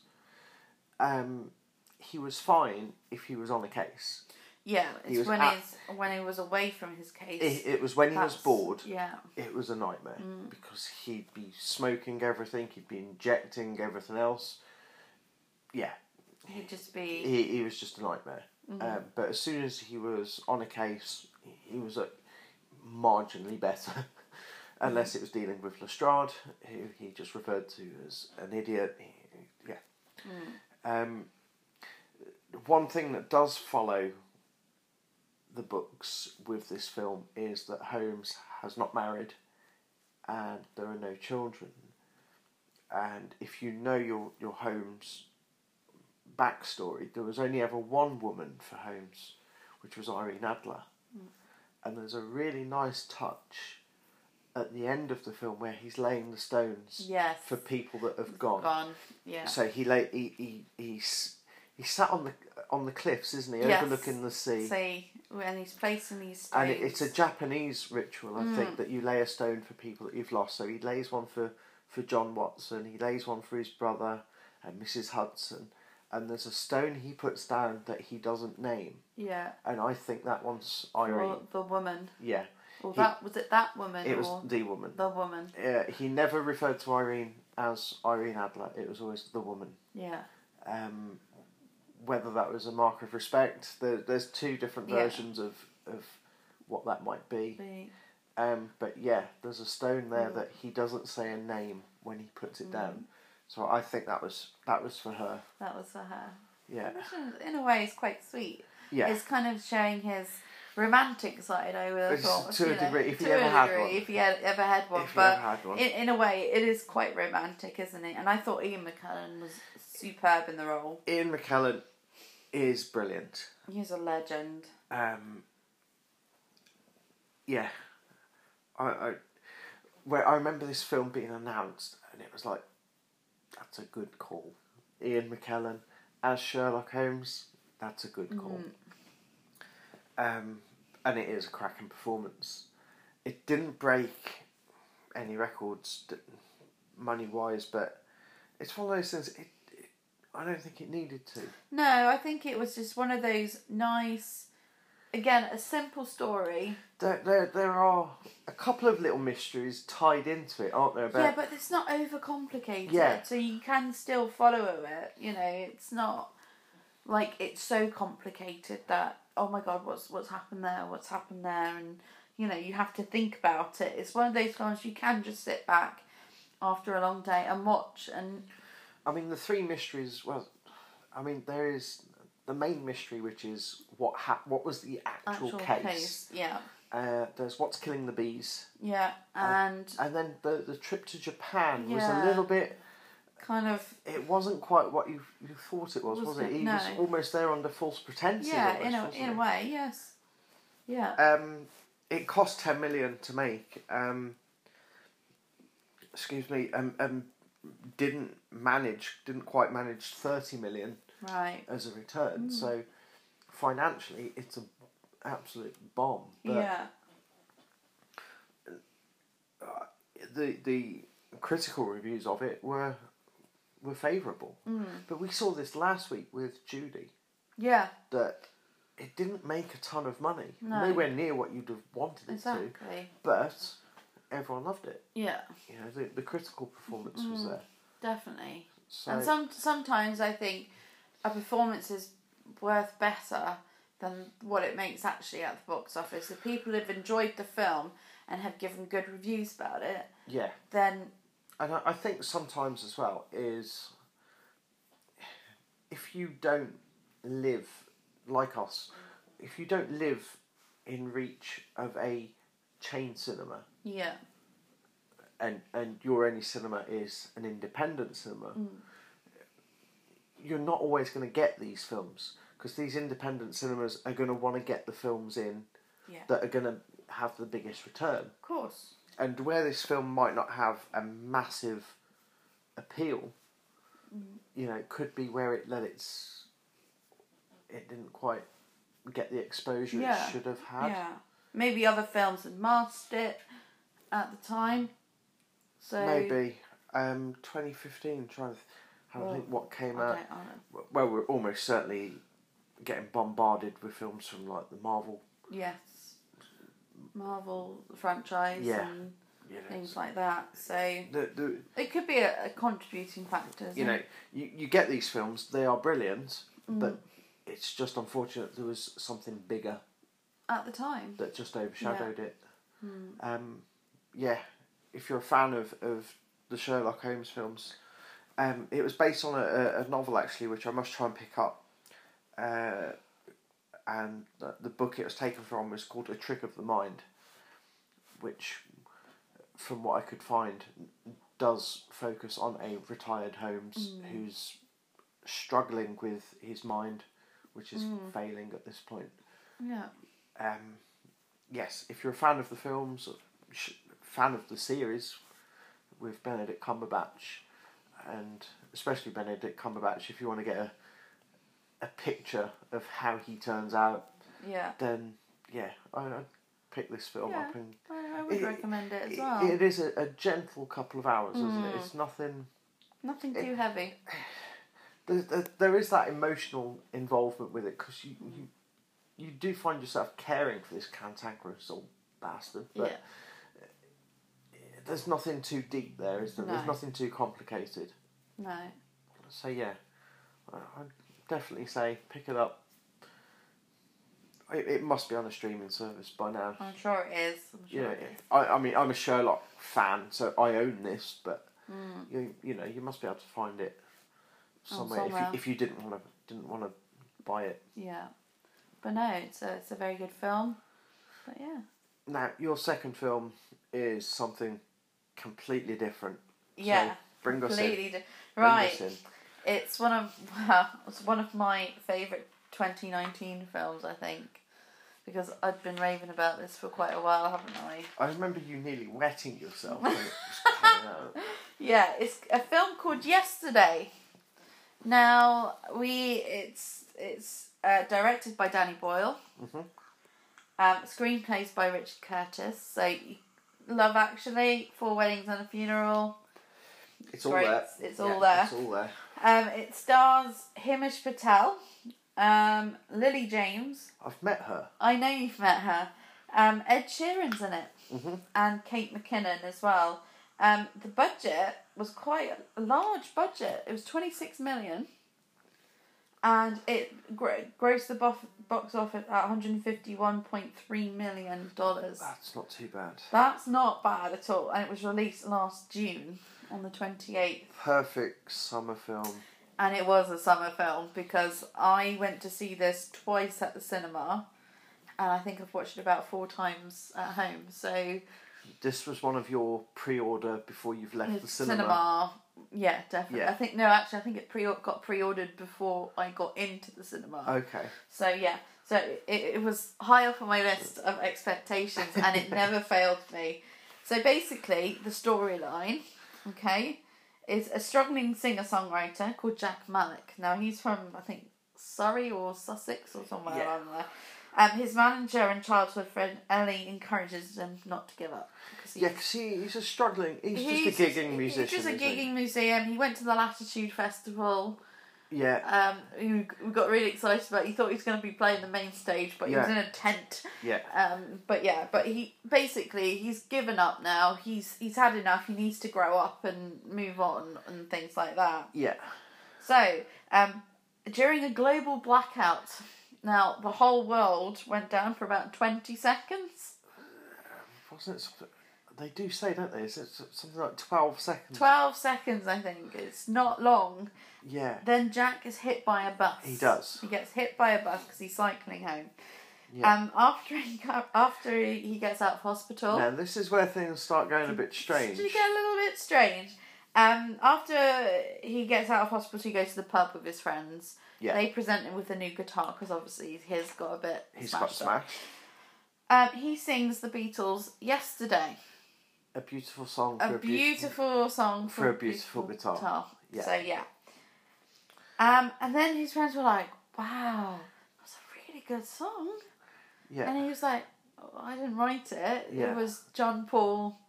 Speaker 1: Um, he was fine if he was on a case.
Speaker 2: Yeah,
Speaker 1: He
Speaker 2: it's
Speaker 1: was
Speaker 2: when
Speaker 1: at-
Speaker 2: he's when he was away from his case.
Speaker 1: It, it was when he was
Speaker 2: that's-
Speaker 1: bored.
Speaker 2: Yeah, Mm.
Speaker 1: it was a nightmare because he'd be smoking everything, he'd be injecting everything else. Yeah,
Speaker 2: he'd just be.
Speaker 1: he, he was just a nightmare. Um, but as soon as he was on a case, he was uh, marginally better. Unless it was dealing with Lestrade, who he just referred to as an idiot. He- yeah. Um, one thing that does follow the books with this film is that Holmes has not married and there are no children. And if you know your, your Holmes backstory, there was only ever one woman for Holmes, which was Irene Adler.
Speaker 2: Hmm.
Speaker 1: And there's a really nice touch at the end of the film where he's laying the stones
Speaker 2: Yes.
Speaker 1: for people that have
Speaker 2: gone. Yeah.
Speaker 1: so he lay he he he, s- he sat on the on the cliffs, isn't he,
Speaker 2: Yes.
Speaker 1: overlooking the sea.
Speaker 2: See, when he's placing these stones.
Speaker 1: and it, it's a Japanese ritual, I
Speaker 2: Hmm.
Speaker 1: think, that you lay a stone for people that you've lost. So he lays one for for John Watson. He lays one for his brother and Mrs. Hudson. And there's a stone he puts down that he doesn't name,
Speaker 2: Yeah.
Speaker 1: and I think that one's
Speaker 2: For
Speaker 1: Irene.
Speaker 2: the woman.
Speaker 1: Yeah,
Speaker 2: Or
Speaker 1: He-
Speaker 2: that was it that woman
Speaker 1: It was
Speaker 2: or
Speaker 1: the woman.
Speaker 2: the woman.
Speaker 1: Uh, he never referred to Irene as Irene Adler. It was always the woman.
Speaker 2: Yeah.
Speaker 1: Um, whether that was a mark of respect, there, there's two different
Speaker 2: Yeah.
Speaker 1: versions of of what that might be.
Speaker 2: The-
Speaker 1: Um, but yeah, there's a stone there
Speaker 2: Mm.
Speaker 1: that he doesn't say a name when he puts it down. So I think that was that was for her.
Speaker 2: that was for her.
Speaker 1: Yeah,
Speaker 2: Which is- in a way is quite sweet.
Speaker 1: yeah.
Speaker 2: It's kind of showing his romantic side, I would have
Speaker 1: It's
Speaker 2: thought.
Speaker 1: to a
Speaker 2: you know,
Speaker 1: degree, if he
Speaker 2: to a
Speaker 1: ever had
Speaker 2: degree,
Speaker 1: one.
Speaker 2: If he had, ever had one.
Speaker 1: if you ever
Speaker 2: but
Speaker 1: had one,
Speaker 2: in, in a way, it is quite romantic, isn't it? And I thought Ian McKellen was superb in the role.
Speaker 1: Ian McKellen is brilliant.
Speaker 2: He's a legend.
Speaker 1: Um, yeah, I, I, where I remember this film being announced, and it was like, that's a good call. Ian McKellen as Sherlock Holmes, that's a good call. Um, and it is a cracking performance. It didn't break any records, money wise, but it's one of those things. It, it, I don't think it needed to.
Speaker 2: No, I think it was just one of those nice, again, a simple story.
Speaker 1: There, there, there are a couple of little mysteries tied into it, aren't there?
Speaker 2: yeah,
Speaker 1: About
Speaker 2: but it's not overcomplicated.
Speaker 1: Yeah.
Speaker 2: So you can still follow it. You know, it's not like it's so complicated that oh my god, what's what's happened there? What's happened there? And you know, you have to think about it. It's one of those films you can just sit back after a long day and watch. And
Speaker 1: I mean, the three mysteries. Well, I mean, there is the main mystery, which is what ha- what was the actual,
Speaker 2: actual
Speaker 1: case.
Speaker 2: case. yeah,
Speaker 1: Uh, there's what's killing the bees,
Speaker 2: yeah,
Speaker 1: Oh.
Speaker 2: and
Speaker 1: and then the the trip to Japan was
Speaker 2: Yeah.
Speaker 1: a little bit.
Speaker 2: kind of
Speaker 1: It wasn't quite what you you thought it was, was,
Speaker 2: Was
Speaker 1: it?
Speaker 2: it?
Speaker 1: He was
Speaker 2: No.
Speaker 1: almost there under false pretenses.
Speaker 2: yeah,
Speaker 1: almost,
Speaker 2: in a
Speaker 1: wasn't
Speaker 2: in a
Speaker 1: he?
Speaker 2: way, yes, yeah.
Speaker 1: Um, it cost ten million to make. Um, excuse me. Um, um, didn't manage. Didn't quite manage thirty million
Speaker 2: Right.
Speaker 1: as a
Speaker 2: Hmm.
Speaker 1: return. So financially, it's an absolute bomb. But
Speaker 2: yeah.
Speaker 1: the the critical reviews of it were were favourable.
Speaker 2: Hmm.
Speaker 1: But we saw this last week with Judy
Speaker 2: Yeah.
Speaker 1: that it didn't make a ton of money,
Speaker 2: No.
Speaker 1: nowhere near what you'd have wanted it to.
Speaker 2: Exactly.
Speaker 1: But everyone loved it.
Speaker 2: Yeah.
Speaker 1: You know, the, the critical performance was there.
Speaker 2: Definitely.
Speaker 1: So
Speaker 2: Mm-hmm. And some sometimes I think a performance is worth better than what it makes actually at the box office. If people have enjoyed the film and have given good reviews about it,
Speaker 1: yeah,
Speaker 2: then
Speaker 1: and I, I think sometimes as well is if you don't live like us, if you don't live in reach of a chain cinema
Speaker 2: yeah,
Speaker 1: and and your only cinema is an independent cinema,
Speaker 2: Mm.
Speaker 1: you're not always going to get these films because these independent cinemas are going to want to get the films in
Speaker 2: Yeah.
Speaker 1: that are going to have the biggest return.
Speaker 2: of course.
Speaker 1: and where this film might not have a massive appeal,
Speaker 2: Mm-hmm.
Speaker 1: you know, it could be where it let its it didn't quite get the exposure
Speaker 2: Yeah.
Speaker 1: it should have had.
Speaker 2: Yeah. Maybe other films had masked it at the time. So
Speaker 1: Maybe um, twenty fifteen. Trying to th- have
Speaker 2: Well,
Speaker 1: a think what
Speaker 2: I
Speaker 1: came out.
Speaker 2: don't, I don't-
Speaker 1: Well, we're almost certainly getting bombarded with films from like the Marvel,
Speaker 2: yes. Marvel franchise
Speaker 1: Yeah.
Speaker 2: and
Speaker 1: you know,
Speaker 2: things like that. So it
Speaker 1: the, the
Speaker 2: could be a, a contributing factor.
Speaker 1: you
Speaker 2: isn't
Speaker 1: know,
Speaker 2: it?
Speaker 1: you, you get these films, they are brilliant, but
Speaker 2: Mm-hmm.
Speaker 1: it's just unfortunate there was something bigger
Speaker 2: at the time.
Speaker 1: that just overshadowed it. Um, yeah, if you're a fan of, of the Sherlock Holmes films, um, it was based on a- a, a novel actually, which I must try and pick up. Uh, and the, the book it was taken from was called A Trick of the Mind, which, from what I could find, does focus on a retired Holmes who's struggling with his mind, which is failing at this point
Speaker 2: Yeah.
Speaker 1: um, yes, if you're a fan of the films, sh- fan of the series with Benedict Cumberbatch, and especially Benedict Cumberbatch, if you want to get a a picture of how he turns out,
Speaker 2: Yeah.
Speaker 1: then yeah, I, I'd pick this film
Speaker 2: Yeah,
Speaker 1: up and.
Speaker 2: I, I would
Speaker 1: It-
Speaker 2: recommend it as
Speaker 1: It-
Speaker 2: well. Hmm.
Speaker 1: it is a, a gentle couple of hours, isn't it? It's nothing.
Speaker 2: Nothing too heavy.
Speaker 1: There, there, there is that emotional involvement with it because you, you you do find yourself caring for this cantankerous old bastard. But there's nothing too deep there, is there? There's
Speaker 2: No.
Speaker 1: nothing too complicated.
Speaker 2: No.
Speaker 1: So yeah, I- I'd definitely say pick it up. It, it must be on a streaming service by now.
Speaker 2: I'm sure it is. I'm sure
Speaker 1: yeah,
Speaker 2: it is.
Speaker 1: I, I mean, I'm a Sherlock fan, so I own this, but you you know you must be able to find it
Speaker 2: Hmm. Oh,
Speaker 1: somewhere,
Speaker 2: somewhere.
Speaker 1: If, you, if you didn't want to didn't want to buy it.
Speaker 2: Yeah. But no, it's a, it's a very good film. But yeah.
Speaker 1: Now your second film is something completely different. So
Speaker 2: Yeah.
Speaker 1: bring us in.
Speaker 2: completely di-
Speaker 1: Bring
Speaker 2: right.
Speaker 1: us in.
Speaker 2: It's one of well, it's one of my favorite 2019 films, I think, because I've been raving about this for quite a while, haven't I?
Speaker 1: I remember you nearly wetting yourself when it was coming out.
Speaker 2: Yeah, it's a film called Yesterday. Now we it's it's uh, directed by Danny Boyle.
Speaker 1: Mhm.
Speaker 2: Um, screenplays by Richard Curtis. So Love Actually, Four Weddings and a Funeral.
Speaker 1: It's all
Speaker 2: Great.
Speaker 1: there.
Speaker 2: It's all there.
Speaker 1: It's all there.
Speaker 2: Um, it stars Himish Patel, um, Lily James.
Speaker 1: I've met her.
Speaker 2: I know you've met her. Um, Ed Sheeran's in it,
Speaker 1: Mhm.
Speaker 2: and Kate McKinnon as well. Um, the budget was quite a large budget. It was twenty six million, and it gro- grossed the bof- box office at one hundred fifty one point three million dollars.
Speaker 1: That's not too bad.
Speaker 2: That's not bad at all, and it was released last June on the twenty eighth.
Speaker 1: Perfect summer film.
Speaker 2: And it was a summer film because I went to see this twice at the cinema, and I think I've watched it about four times at home. So
Speaker 1: This was one of your pre-order before you've
Speaker 2: Mm,
Speaker 1: left the cinema.
Speaker 2: yeah, definitely.
Speaker 1: Yeah.
Speaker 2: I think no, actually, I think it pre got pre ordered before I got into the cinema.
Speaker 1: Okay.
Speaker 2: So yeah, so it, it was high up on my list of expectations, and it never failed me. So basically, the storyline, okay, is a struggling singer songwriter called Jack Malik. Now he's from I think Surrey or Sussex or somewhere
Speaker 1: Yeah.
Speaker 2: around there. Um, his manager and childhood friend Ellie encourages him not to give up. 'cause he's-
Speaker 1: Yeah, 'cause he, he's a struggling. He's, just a gigging musician.
Speaker 2: He's just a
Speaker 1: isn't he?
Speaker 2: gigging museum. He went to the Latitude Festival.
Speaker 1: Yeah,
Speaker 2: Um, who we got really excited about. He thought he was going to be playing the main stage, but he was
Speaker 1: Yeah.
Speaker 2: in a tent.
Speaker 1: yeah.
Speaker 2: Um, but yeah, but he basically he's given up now. He's he's had enough. He needs to grow up and move on and things like that.
Speaker 1: Yeah,
Speaker 2: So um, during a global blackout, now the whole world went down for about twenty seconds.
Speaker 1: wasn't it something? They do say, don't they? It's, it's something like twelve seconds.
Speaker 2: Twelve seconds, I think. It's not long.
Speaker 1: Yeah,
Speaker 2: Then Jack is hit by a bus.
Speaker 1: He does.
Speaker 2: He gets hit by a bus because he's cycling home.
Speaker 1: Yeah.
Speaker 2: Um, after he co- after he he gets out of hospital,
Speaker 1: now this is where things start going a bit
Speaker 2: it's
Speaker 1: strange.
Speaker 2: just Oh. get a little bit strange. Um, after he gets out of hospital, he goes to the pub with his friends.
Speaker 1: Yeah.
Speaker 2: They present him with a new guitar because obviously his got a bit.
Speaker 1: He's got
Speaker 2: smashed up.
Speaker 1: smashed.
Speaker 2: Um, he sings the Beatles yesterday.
Speaker 1: A beautiful song.
Speaker 2: A
Speaker 1: for a beautiful.
Speaker 2: beautiful song
Speaker 1: for a beautiful guitar. Yeah.
Speaker 2: So yeah. Um, and then his friends were like, "Wow, that's a really good song."
Speaker 1: Yeah,
Speaker 2: And he was like, oh, I didn't write it.
Speaker 1: Yeah.
Speaker 2: It was John Paul,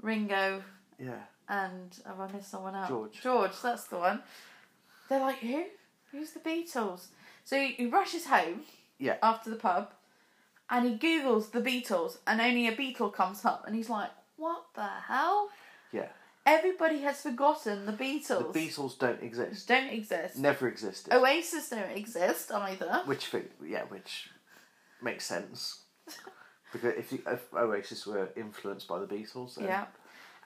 Speaker 2: Ringo,
Speaker 1: yeah.
Speaker 2: and have I missed someone else?
Speaker 1: George.
Speaker 2: George, that's the one. They're like, who? Who's the Beatles? So he, he rushes home
Speaker 1: Yeah.
Speaker 2: after the pub and he Googles the Beatles and only a Beatle comes up and he's like, what the hell?
Speaker 1: Yeah.
Speaker 2: Everybody has forgotten the Beatles. Oh,
Speaker 1: The Beatles don't exist.
Speaker 2: don't exist.
Speaker 1: Never existed.
Speaker 2: Oasis don't exist either.
Speaker 1: Which fi- yeah, which makes sense. Because if, you, if Oasis were influenced by the Beatles, then
Speaker 2: Yeah.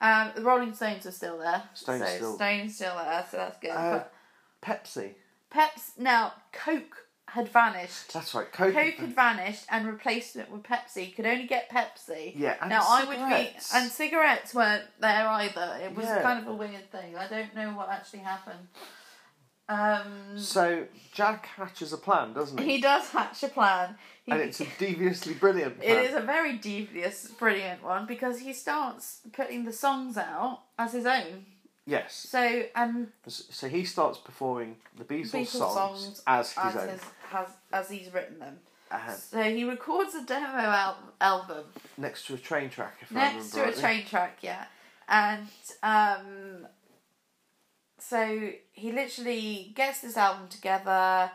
Speaker 2: Um, the Rolling Stones are still there.
Speaker 1: Stones
Speaker 2: so
Speaker 1: still-
Speaker 2: Stones still there, so that's good.
Speaker 1: Uh,
Speaker 2: but
Speaker 1: Pepsi.
Speaker 2: Pep's now Coke had vanished.
Speaker 1: That's right. Coke.
Speaker 2: Coke had vanished and replaced it with Pepsi. Could only get Pepsi.
Speaker 1: Yeah, and
Speaker 2: now I would be
Speaker 1: cigarettes.
Speaker 2: and cigarettes weren't there either. It was
Speaker 1: Yeah.
Speaker 2: kind of a weird thing. I don't know what actually happened. Um,
Speaker 1: so Jack hatches a plan, doesn't he?
Speaker 2: he does hatch a plan. He,
Speaker 1: and it's a deviously brilliant plan.
Speaker 2: It is a very devious, brilliant one because he starts putting the songs out as his own.
Speaker 1: Yes.
Speaker 2: So and
Speaker 1: So he starts performing the Beatles,
Speaker 2: Beatles
Speaker 1: songs,
Speaker 2: songs
Speaker 1: as his
Speaker 2: as,
Speaker 1: own. Uh,
Speaker 2: his, has, as he's written them.
Speaker 1: And
Speaker 2: So he records a demo al- album
Speaker 1: next to a train track, if
Speaker 2: next
Speaker 1: I remember
Speaker 2: to a
Speaker 1: rightly.
Speaker 2: train track, yeah. And um, so he literally gets this album together.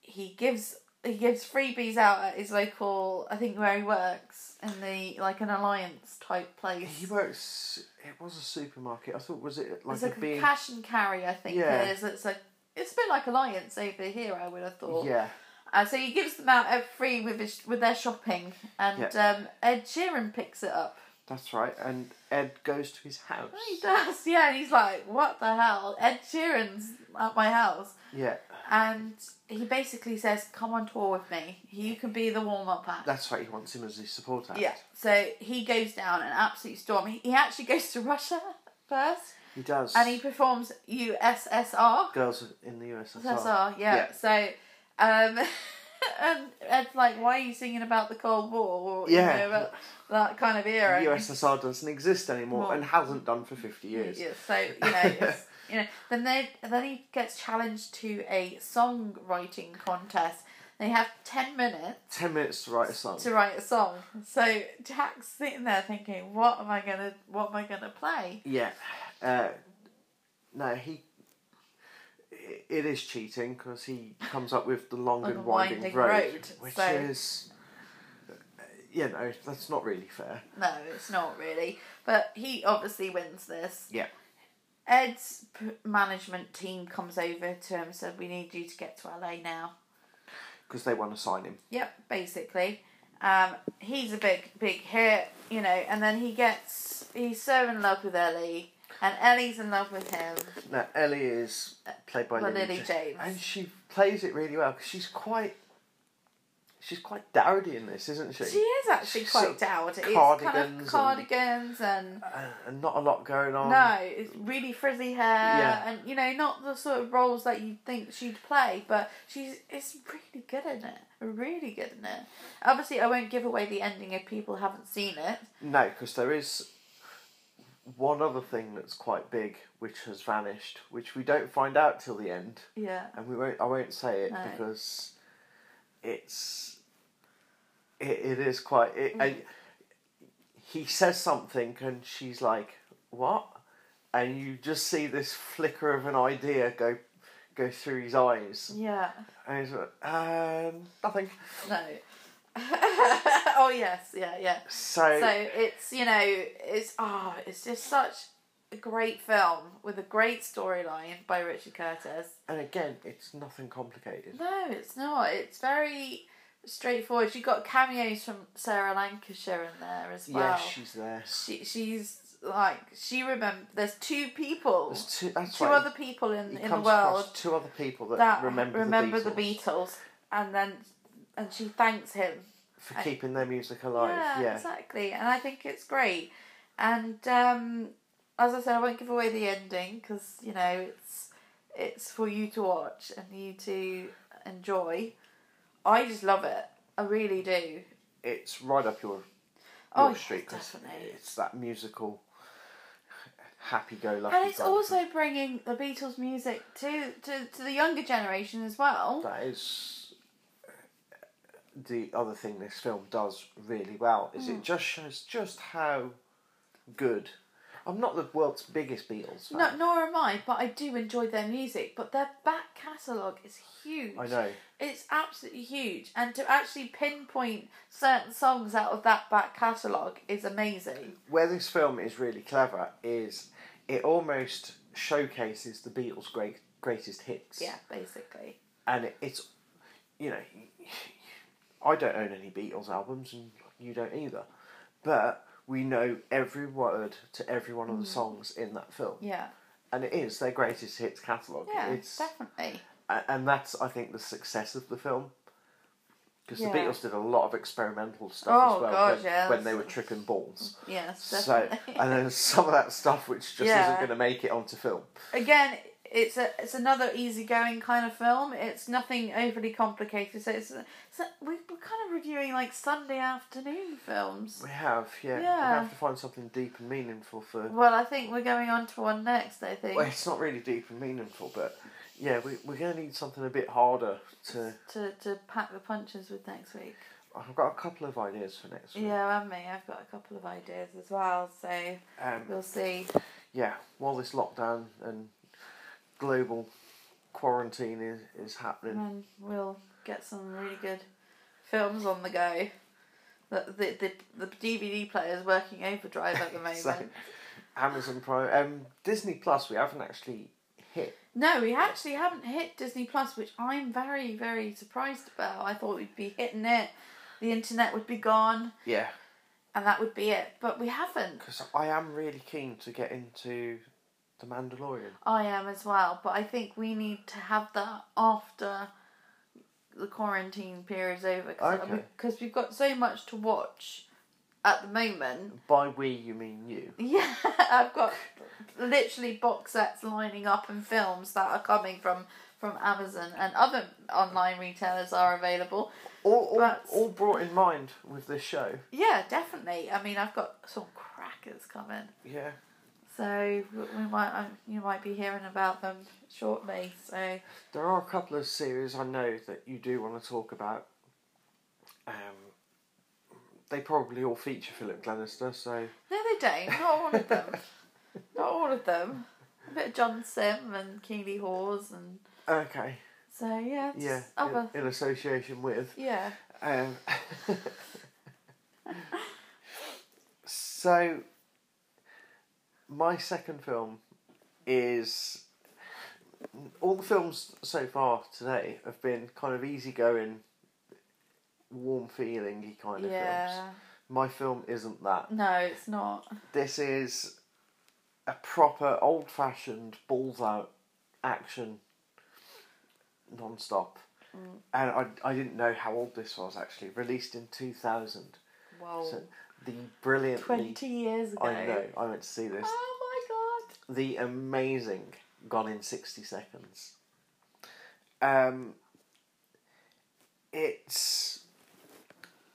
Speaker 2: He gives he gives freebies out at his local, I think where he works in the like an alliance type place.
Speaker 1: He works. It was a supermarket. I thought was it like
Speaker 2: it's
Speaker 1: a
Speaker 2: like a
Speaker 1: big.
Speaker 2: cash and carry, I think
Speaker 1: Yeah.
Speaker 2: it is. It's like it's a bit like alliance over here. I would have thought.
Speaker 1: Yeah,
Speaker 2: Uh, so he gives them out uh, free with his, with their shopping, and um, Ed Sheeran picks it up.
Speaker 1: that's right. And Ed goes to his house.
Speaker 2: He does, yeah. And he's like, "What the hell? Ed Sheeran's at my house."
Speaker 1: Yeah,
Speaker 2: And he basically says, "Come on tour with me. You can be the warm up act."
Speaker 1: that's right. He wants him as his support act.
Speaker 2: yeah. So he goes down an absolute storm. He, he actually goes to Russia first,
Speaker 1: he does.
Speaker 2: and he performs USSR.
Speaker 1: girls in the USSR.
Speaker 2: USSR, yeah.
Speaker 1: Yeah.
Speaker 2: So, um, and Ed's like, "Why are you singing about the Cold War?" Or,
Speaker 1: Yeah.
Speaker 2: You know, about that kind of
Speaker 1: The
Speaker 2: era.
Speaker 1: USSR doesn't exist anymore
Speaker 2: Well-
Speaker 1: and hasn't done for fifty years.
Speaker 2: Yeah, so you know, it's, you know, then they then he gets challenged to a songwriting contest. They have ten minutes
Speaker 1: Ten minutes to write a song.
Speaker 2: to write a song. So Jack's sitting there thinking, "What am I gonna What am I gonna play?"
Speaker 1: Yeah. Uh, no, he. i- It is cheating because he comes up with the long
Speaker 2: On
Speaker 1: and
Speaker 2: the
Speaker 1: winding,
Speaker 2: winding
Speaker 1: road,
Speaker 2: road,
Speaker 1: which
Speaker 2: so-
Speaker 1: is, you know, that's not really fair.
Speaker 2: No, it's not really. But he obviously wins this.
Speaker 1: Yeah.
Speaker 2: Ed's p- management team comes over to him, said, "We need you to get to LA now."
Speaker 1: Because they want to sign him.
Speaker 2: Yep, basically. Um, he's a big, big hit, you know, and then he gets, he's so in love with Ellie, and Ellie's in love with him.
Speaker 1: Now Ellie is played by
Speaker 2: By
Speaker 1: Lily,
Speaker 2: Lily
Speaker 1: Ja-
Speaker 2: James.
Speaker 1: and she plays it really well because she's quite. She's quite dowdy in this, isn't she?
Speaker 2: She is actually
Speaker 1: She's
Speaker 2: quite
Speaker 1: sort of
Speaker 2: dowdy. It's kind
Speaker 1: cardigans
Speaker 2: of
Speaker 1: and-
Speaker 2: cardigans and,
Speaker 1: Uh, and not a lot going on.
Speaker 2: no, it's really frizzy hair
Speaker 1: Yeah.
Speaker 2: and, you know, not the sort of roles that you'd think she'd play, but she's, it's really good in it. Really good in it. Obviously, I won't give away the ending if people haven't seen it.
Speaker 1: No, because there is one other thing that's quite big, which has vanished, which we don't find out till the end,
Speaker 2: Yeah.
Speaker 1: and we won't. I won't say it
Speaker 2: No.
Speaker 1: because it's it, it is quite. It,
Speaker 2: Mm.
Speaker 1: and he says something, and she's like, "What?" And you just see this flicker of an idea go go through his eyes,
Speaker 2: Yeah.
Speaker 1: and he's like, um, nothing.
Speaker 2: No. oh, yes. Yeah, yeah.
Speaker 1: So,
Speaker 2: So it's you know it's ah it's just such a great film with a great storyline by Richard Curtis.
Speaker 1: and again, it's nothing complicated.
Speaker 2: No, it's not. It's very straightforward. You got cameos from Sarah Lancashire in there as well.
Speaker 1: Yeah, she's there.
Speaker 2: she she's like she remember. There's two people,
Speaker 1: There's two, that's
Speaker 2: two
Speaker 1: right.
Speaker 2: other people in
Speaker 1: He
Speaker 2: in the
Speaker 1: comes
Speaker 2: world
Speaker 1: across two other people that,
Speaker 2: that
Speaker 1: remember,
Speaker 2: remember,
Speaker 1: the, Beatles
Speaker 2: the, Beatles. and then and she thanks him.
Speaker 1: for keeping their music alive. Yeah,
Speaker 2: Yeah, exactly. And I think it's great. And um, as I said, I won't give away the ending because you know it's it's for you to watch and you to enjoy. I just love it. I really do.
Speaker 1: it's right up your, your
Speaker 2: Oh, yeah,
Speaker 1: street 'cause
Speaker 2: definitely.
Speaker 1: it's that musical happy-go-lucky.
Speaker 2: And it's
Speaker 1: kind of thing.
Speaker 2: also bringing the Beatles music to, to, to the younger generation as well.
Speaker 1: that is the other thing this film does really well is
Speaker 2: Mm.
Speaker 1: it just shows just how good. I'm not the world's biggest Beatles fan.
Speaker 2: No, nor am I, but I do enjoy their music. But their back catalogue is huge.
Speaker 1: I know.
Speaker 2: It's absolutely huge, and to actually pinpoint certain songs out of that back catalogue is amazing.
Speaker 1: where this film is really clever is it almost showcases the Beatles' great greatest hits.
Speaker 2: Yeah, basically.
Speaker 1: And it, it's, you know, I don't own any Beatles albums, and you don't either, but we know every word to every one
Speaker 2: Mm.
Speaker 1: of the songs in that film,
Speaker 2: Yeah,
Speaker 1: and it is their greatest hits catalog.
Speaker 2: yeah,
Speaker 1: it's
Speaker 2: definitely.
Speaker 1: a- and that's I think the success of the film. Because
Speaker 2: Yeah.
Speaker 1: the Beatles did a lot of experimental stuff
Speaker 2: Oh,
Speaker 1: as well
Speaker 2: God,
Speaker 1: when,
Speaker 2: yeah.
Speaker 1: when they were tripping balls.
Speaker 2: Yes,
Speaker 1: So
Speaker 2: definitely.
Speaker 1: and then some of that stuff which just
Speaker 2: Yeah.
Speaker 1: isn't going to make it onto film.
Speaker 2: Again, it's a it's another easygoing kind of film. It's nothing overly complicated. So it's, so we we're kind of reviewing like Sunday afternoon films.
Speaker 1: We have, yeah, we
Speaker 2: Yeah.
Speaker 1: have to find something deep and meaningful for.
Speaker 2: Well, I think we're going on to one next. I think
Speaker 1: Well, it's not really deep and meaningful, but yeah, we we're going to need something a bit harder to.
Speaker 2: to to pack the punches with next week.
Speaker 1: I've got a couple of ideas for next week.
Speaker 2: Yeah, and me, I've got a couple of ideas as well. So
Speaker 1: Um,
Speaker 2: we'll see.
Speaker 1: yeah, while this lockdown and global quarantine is, is happening,
Speaker 2: And we'll get some really good films on the go. The the the, the DVD player is working overdrive at the moment.
Speaker 1: So, Amazon Prime, um, Disney Plus. We haven't actually hit.
Speaker 2: No, we actually haven't hit Disney Plus, which I'm very, very surprised about. I thought we'd be hitting it, the internet would be gone,
Speaker 1: Yeah,
Speaker 2: and that would be it. But we haven't.
Speaker 1: because I am really keen to get into the Mandalorian.
Speaker 2: I am as well, but I think we need to have that after the quarantine period's over
Speaker 1: Okay.
Speaker 2: because we've got so much to watch at the moment.
Speaker 1: By we, you mean you.
Speaker 2: Yeah, I've got literally box sets lining up and films that are coming from from Amazon and other online retailers are available.
Speaker 1: All, all,
Speaker 2: That's-
Speaker 1: all brought in mind with this show.
Speaker 2: Yeah, definitely. I mean, I've got some crackers coming,
Speaker 1: Yeah.
Speaker 2: so we might um, you might be hearing about them shortly. So
Speaker 1: There are a couple of series I know that you do want to talk about. Um, they probably all feature Philip Glenister, so
Speaker 2: no, they don't. Not all of them. Not all of them. A bit of John Sim and Keely Hawes, and
Speaker 1: okay,
Speaker 2: so yeah, just
Speaker 1: yeah, in-
Speaker 2: other
Speaker 1: in, association with.
Speaker 2: yeah.
Speaker 1: Um, so, my second film is all the films so far today have been kind of easygoing, warm feelingy kind of films.
Speaker 2: Yeah,
Speaker 1: My film isn't that.
Speaker 2: no, it's not.
Speaker 1: This is a proper old fashioned balls out action non stop. And I, I didn't know how old this was actually. Released in 2000.
Speaker 2: Wow,
Speaker 1: So the brilliantly.
Speaker 2: Oh. twenty years ago.
Speaker 1: I know, I went to see this.
Speaker 2: Oh my god.
Speaker 1: The amazing Gone in 60 Seconds. Um, it's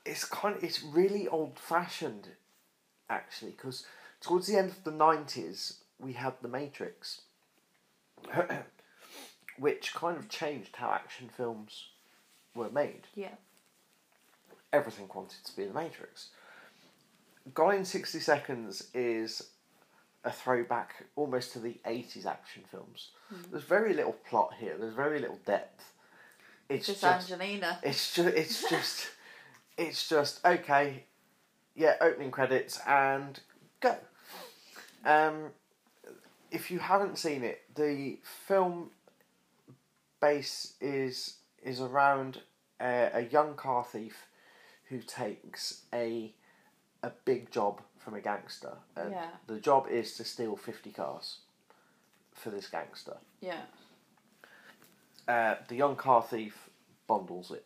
Speaker 1: it's kind of, it's really old fashioned actually because towards the end of the 90s we had the matrix which kind of changed how action films were made
Speaker 2: Yeah.
Speaker 1: everything wanted to be the Matrix. Gone in 60 Seconds is a throwback almost to the 80s action films. There's very little plot here, there's very little depth. It's
Speaker 2: Just,
Speaker 1: just,
Speaker 2: Angelina.
Speaker 1: it's just, it's just, it's just, okay, yeah, opening credits and go. Um, if you haven't seen it, the film base is is around a, a young car thief who takes a a big job from a gangster, and
Speaker 2: Yeah.
Speaker 1: the job is to steal fifty cars for this gangster.
Speaker 2: Yeah.
Speaker 1: Uh, the young car thief bundles it.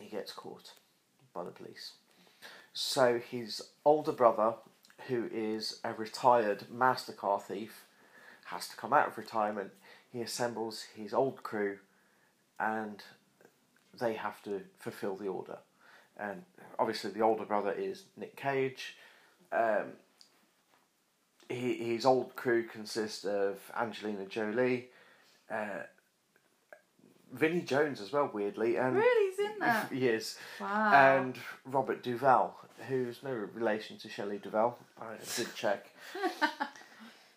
Speaker 1: He gets caught by the police. So his older brother, who is a retired master car thief, has to come out of retirement. He assembles his old crew, and they have to fulfil the order. And obviously, the older brother is Nick Cage. Um, he, his old crew consists of Angelina Jolie, uh, Vinnie Jones as well, weirdly, and
Speaker 2: Really, he's in that.
Speaker 1: he is.
Speaker 2: Wow.
Speaker 1: And Robert Duvall, who's no relation to Shelley Duvall. I did check.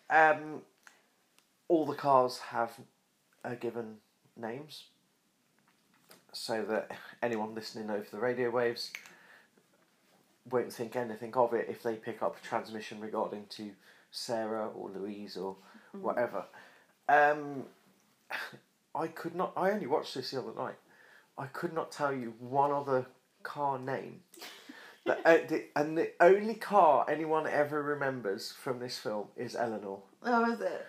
Speaker 1: um, all the cars have are given names, so that anyone listening over the radio waves won't think anything of it if they pick up a transmission regarding to Sarah or Louise or whatever. Um, I could not. I only watched this the other night. I could not tell you one other car name. the, uh, the, and the only car anyone ever remembers from this film is Eleanor.
Speaker 2: oh, is it?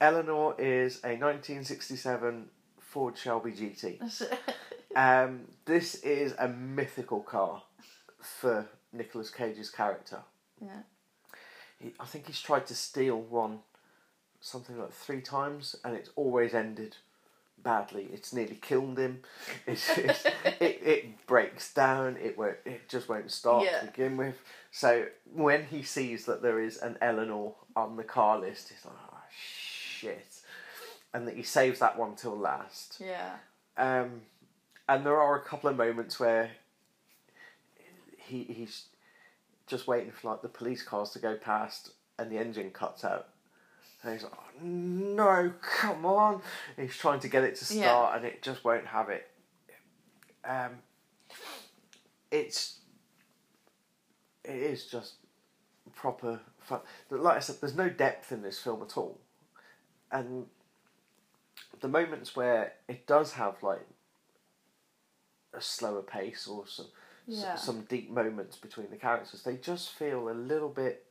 Speaker 1: Eleanor is a 1967 Ford Shelby GT.
Speaker 2: That's
Speaker 1: Um, this is a mythical car for Nicolas Cage's character.
Speaker 2: Yeah.
Speaker 1: He, I think he's tried to steal one something like three times and it's always ended badly. It's nearly killed him. It's, it's, it, it breaks down. It won't, it just won't start
Speaker 2: Yeah.
Speaker 1: to begin with. So when he sees that there is an Eleanor on the car list, he's like, oh, shit. And that he saves that one till last.
Speaker 2: yeah.
Speaker 1: Um, and there are a couple of moments where he he's just waiting for like the police cars to go past, and the engine cuts out, and he's like, oh, "No, come on!" And he's trying to get it to
Speaker 2: Yeah.
Speaker 1: start, and it just won't have it. um, it's it is just proper fun. But Like I said, there's no depth in this film at all, and the moments where it does have like a slower pace or some s-
Speaker 2: Yeah.
Speaker 1: some deep moments between the characters, they just feel a little bit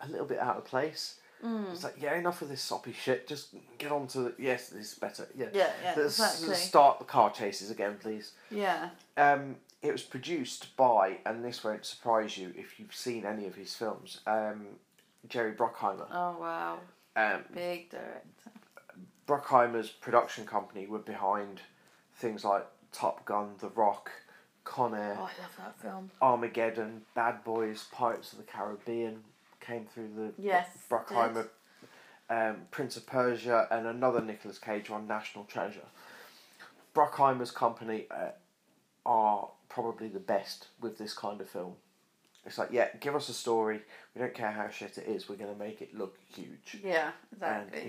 Speaker 1: a little bit out of place.
Speaker 2: Mm.
Speaker 1: It's like yeah, enough of this soppy shit. Just get on to the, yes, this is better. Yeah,
Speaker 2: Yeah, yeah,
Speaker 1: Let's,
Speaker 2: exactly.
Speaker 1: let's start the car chases again, please.
Speaker 2: Yeah.
Speaker 1: Um, it was produced by, and this won't surprise you if you've seen any of his films, um, Jerry Bruckheimer.
Speaker 2: Oh wow.
Speaker 1: Um,
Speaker 2: Big director.
Speaker 1: Bruckheimer's production company were behind things like Top Gun, The Rock, Con Air,
Speaker 2: Oh, I love that film.
Speaker 1: Armageddon, Bad Boys, Pirates of the Caribbean came through the
Speaker 2: Yes,
Speaker 1: Bruckheimer, um, Prince of Persia, and another Nicolas Cage one, National Treasure. Bruckheimer's company uh, are probably the best with this kind of film. It's like, yeah, give us a story. We don't care how shit it is. We're going to make it look huge.
Speaker 2: Yeah,
Speaker 1: And
Speaker 2: exactly.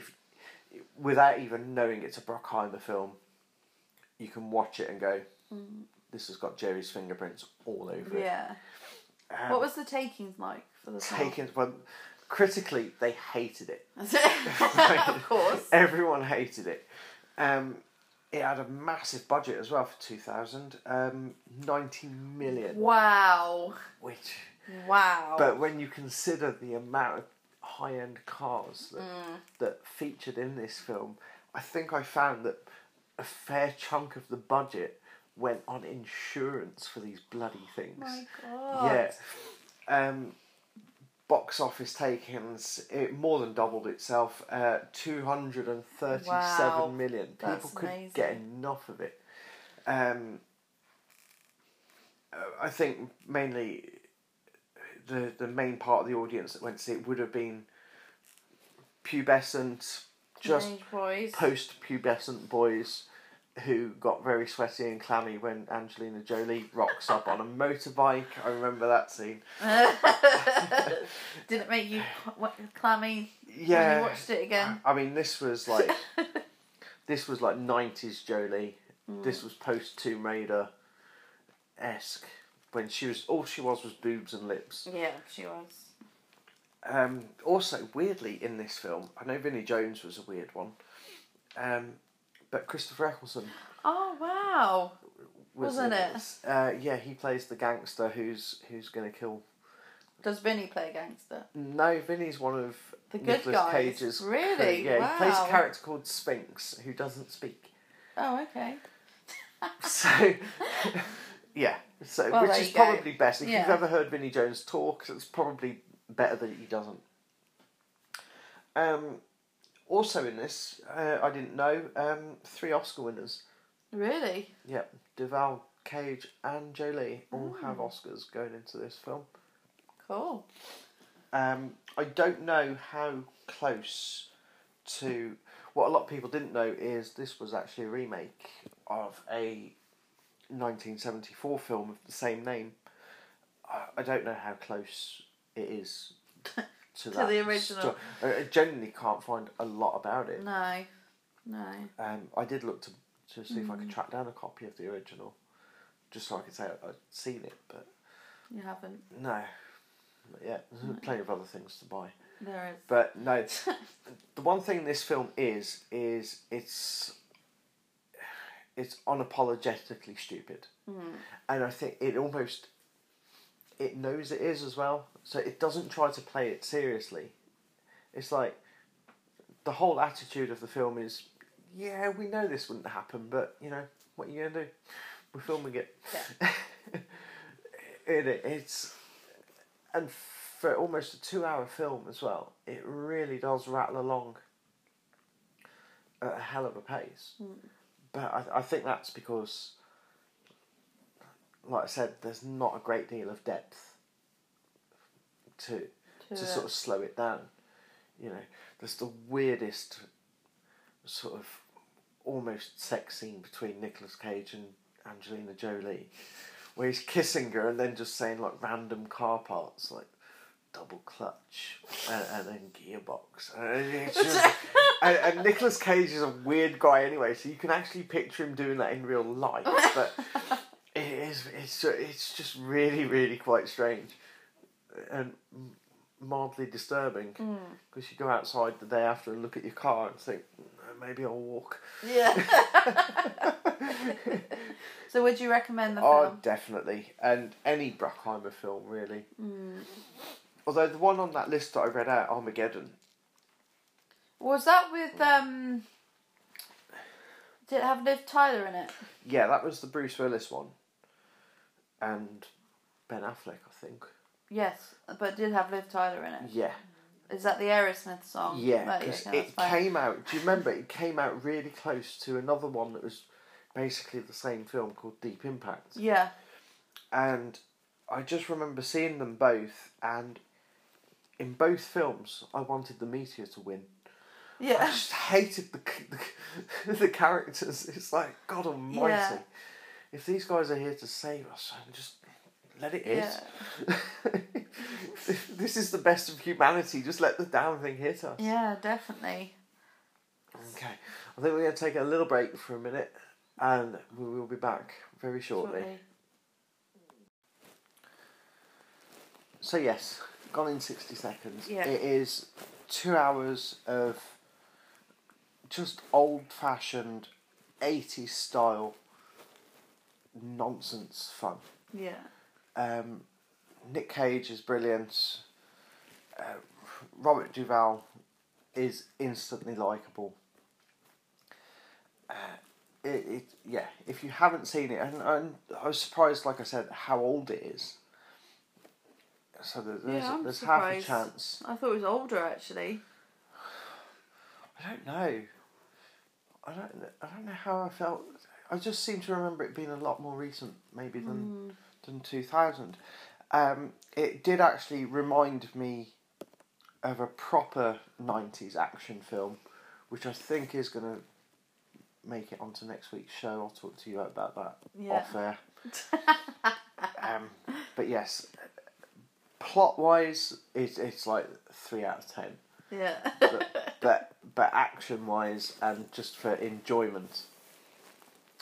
Speaker 1: if, without even knowing it's a Bruckheimer film, you can watch it and go,
Speaker 2: Mm.
Speaker 1: this has got Jerry's fingerprints all over it.
Speaker 2: yeah.
Speaker 1: Um,
Speaker 2: what was the takings like for the film?
Speaker 1: taken well critically they hated it
Speaker 2: of course.
Speaker 1: everyone hated it um it had a massive budget as well for 2000 um 90
Speaker 2: Mm.
Speaker 1: million
Speaker 2: Wow.
Speaker 1: which
Speaker 2: Wow.
Speaker 1: but when you consider the amount of high-end cars that,
Speaker 2: Mm.
Speaker 1: that featured in this film i think i found that a fair chunk of the budget went on insurance for these bloody things
Speaker 2: Oh my god.
Speaker 1: yeah. Um, box office takings, it more than doubled itself. Uh, two hundred and
Speaker 2: Wow,
Speaker 1: thirty-seven million
Speaker 2: that's
Speaker 1: People could get
Speaker 2: amazing.
Speaker 1: enough of it. Um, uh, I think mainly the the main part of the audience that went to see it would have been pubescent, just
Speaker 2: Teenage boys.
Speaker 1: post pubescent boys who got very sweaty and clammy when Angelina Jolie rocks up on a motorbike. I remember that scene.
Speaker 2: Did it make you what, clammy
Speaker 1: Yeah.
Speaker 2: when you watched it again?
Speaker 1: I mean, this was like this was like nineties Jolie.
Speaker 2: Mm.
Speaker 1: This was post Tomb Raider esque when she was all she was was boobs and lips.
Speaker 2: yeah, she was.
Speaker 1: Um, also, weirdly, in this film, I know Vinnie Jones was a weird one, um, but Christopher Eccleston
Speaker 2: Oh wow.
Speaker 1: was in
Speaker 2: Wasn't it?
Speaker 1: this. Uh, yeah, he plays the gangster who's who's going to kill.
Speaker 2: Does Vinny play gangster?
Speaker 1: No, Vinny's one of
Speaker 2: The good
Speaker 1: Nicolas
Speaker 2: guys?
Speaker 1: Cage's
Speaker 2: Really?
Speaker 1: crew. Yeah, he plays
Speaker 2: Wow.
Speaker 1: a character called Sphinx who doesn't speak.
Speaker 2: Oh okay.
Speaker 1: So, yeah. So,
Speaker 2: Well,
Speaker 1: which
Speaker 2: there
Speaker 1: is
Speaker 2: you go.
Speaker 1: probably best. If
Speaker 2: Yeah.
Speaker 1: you've ever heard Vinnie Jones talk, it's probably better that he doesn't. Um, also in this, uh, I didn't know, um, three Oscar winners.
Speaker 2: Really?
Speaker 1: Yep, Duval, Cage, and Jolie all have Oscars going into this film.
Speaker 2: Cool.
Speaker 1: Um, I don't know how close to what a lot of people didn't know is this was actually a remake of a 1974 film of the same name. I, I don't know how close it is to, that
Speaker 2: the original.
Speaker 1: sto- I, I genuinely can't find a lot about it.
Speaker 2: No. No.
Speaker 1: Um, I did look to to see if I
Speaker 2: Mm.
Speaker 1: could track down a copy of the original, just so I could say I- I'd seen it, but
Speaker 2: You haven't.
Speaker 1: no, not yet. There's plenty of other things to buy.
Speaker 2: There is.
Speaker 1: But no, it's- the one thing this film is is it's it's unapologetically stupid, and I think it almost it knows it is as well. So it doesn't try to play it seriously. It's like the whole attitude of the film is, yeah, we know this wouldn't happen, but you know what are you gonna do? We're filming it. it, it it's and for almost a two hour film as well, it really does rattle along at a hell of a pace. But I, I think that's because, like I said, there's not a great deal of depth to to,
Speaker 2: it.
Speaker 1: sort of slow it down. You know, there's the weirdest sort of almost sex scene between Nicolas Cage and Angelina Jolie, where he's kissing her and then just saying like random car parts, like double clutch and, and then gearbox. And, it's just- and, and Nicolas Cage is a weird guy anyway, so you can actually picture him doing that in real life. But it is it's ju- it's just really really quite strange and m- mildly disturbing because you go outside the day after and look at your car and think "Mm, maybe I'll walk.
Speaker 2: Yeah. so, would you recommend the
Speaker 1: Oh,
Speaker 2: film?
Speaker 1: definitely, and any Bruckheimer film really.
Speaker 2: Mm.
Speaker 1: Although the one on that list that I read out, Armageddon,
Speaker 2: Was that with um? Did it have Liv Tyler in it?
Speaker 1: yeah, that was the Bruce Willis one, and Ben Affleck, I think.
Speaker 2: Yes, but it did have Liv Tyler in it.
Speaker 1: Yeah,
Speaker 2: Is that the Aerosmith song?
Speaker 1: Yeah,
Speaker 2: Right, yeah,
Speaker 1: because
Speaker 2: Oh, okay, that's
Speaker 1: it
Speaker 2: fine.
Speaker 1: came out. Do you remember? It came out really close to another one that was basically the same film called Deep Impact,
Speaker 2: Yeah,
Speaker 1: and I just remember seeing them both, and in both films, I wanted the meteor to win. I
Speaker 2: yeah.
Speaker 1: just hated the c- the, the characters. It's like God Almighty,
Speaker 2: Yeah.
Speaker 1: if these guys are here to save us, then just let it hit.
Speaker 2: Yeah.
Speaker 1: this is the best of humanity. Just let the damn thing hit us.
Speaker 2: Yeah, definitely.
Speaker 1: Okay, I think we're going to take a little break for a minute and we will be back very shortly.
Speaker 2: Shortly.
Speaker 1: So, yes, gone in 60 seconds.
Speaker 2: Yeah.
Speaker 1: It is two hours of just old fashioned 80s style nonsense fun.
Speaker 2: Yeah.
Speaker 1: Um, Nick Cage is brilliant. Uh, Robert Duvall is instantly likable. Uh, it, it yeah. If you haven't seen it, and, and I was surprised, like I said, how old it is. So there- there's
Speaker 2: Yeah, I'm
Speaker 1: there's half
Speaker 2: surprised.
Speaker 1: a chance.
Speaker 2: I thought it was older actually.
Speaker 1: I don't know. I don't. kn- I don't know how I felt. I just seem to remember it being a lot more recent, maybe than than two thousand. Um, it did actually remind me of a proper nineties action film, which I think is going to make it onto next week's show. I'll talk to you about that
Speaker 2: Yeah.
Speaker 1: off air. um, but yes, plot wise, it's it's like three out of ten
Speaker 2: Yeah.
Speaker 1: but but, but action wise and just for enjoyment,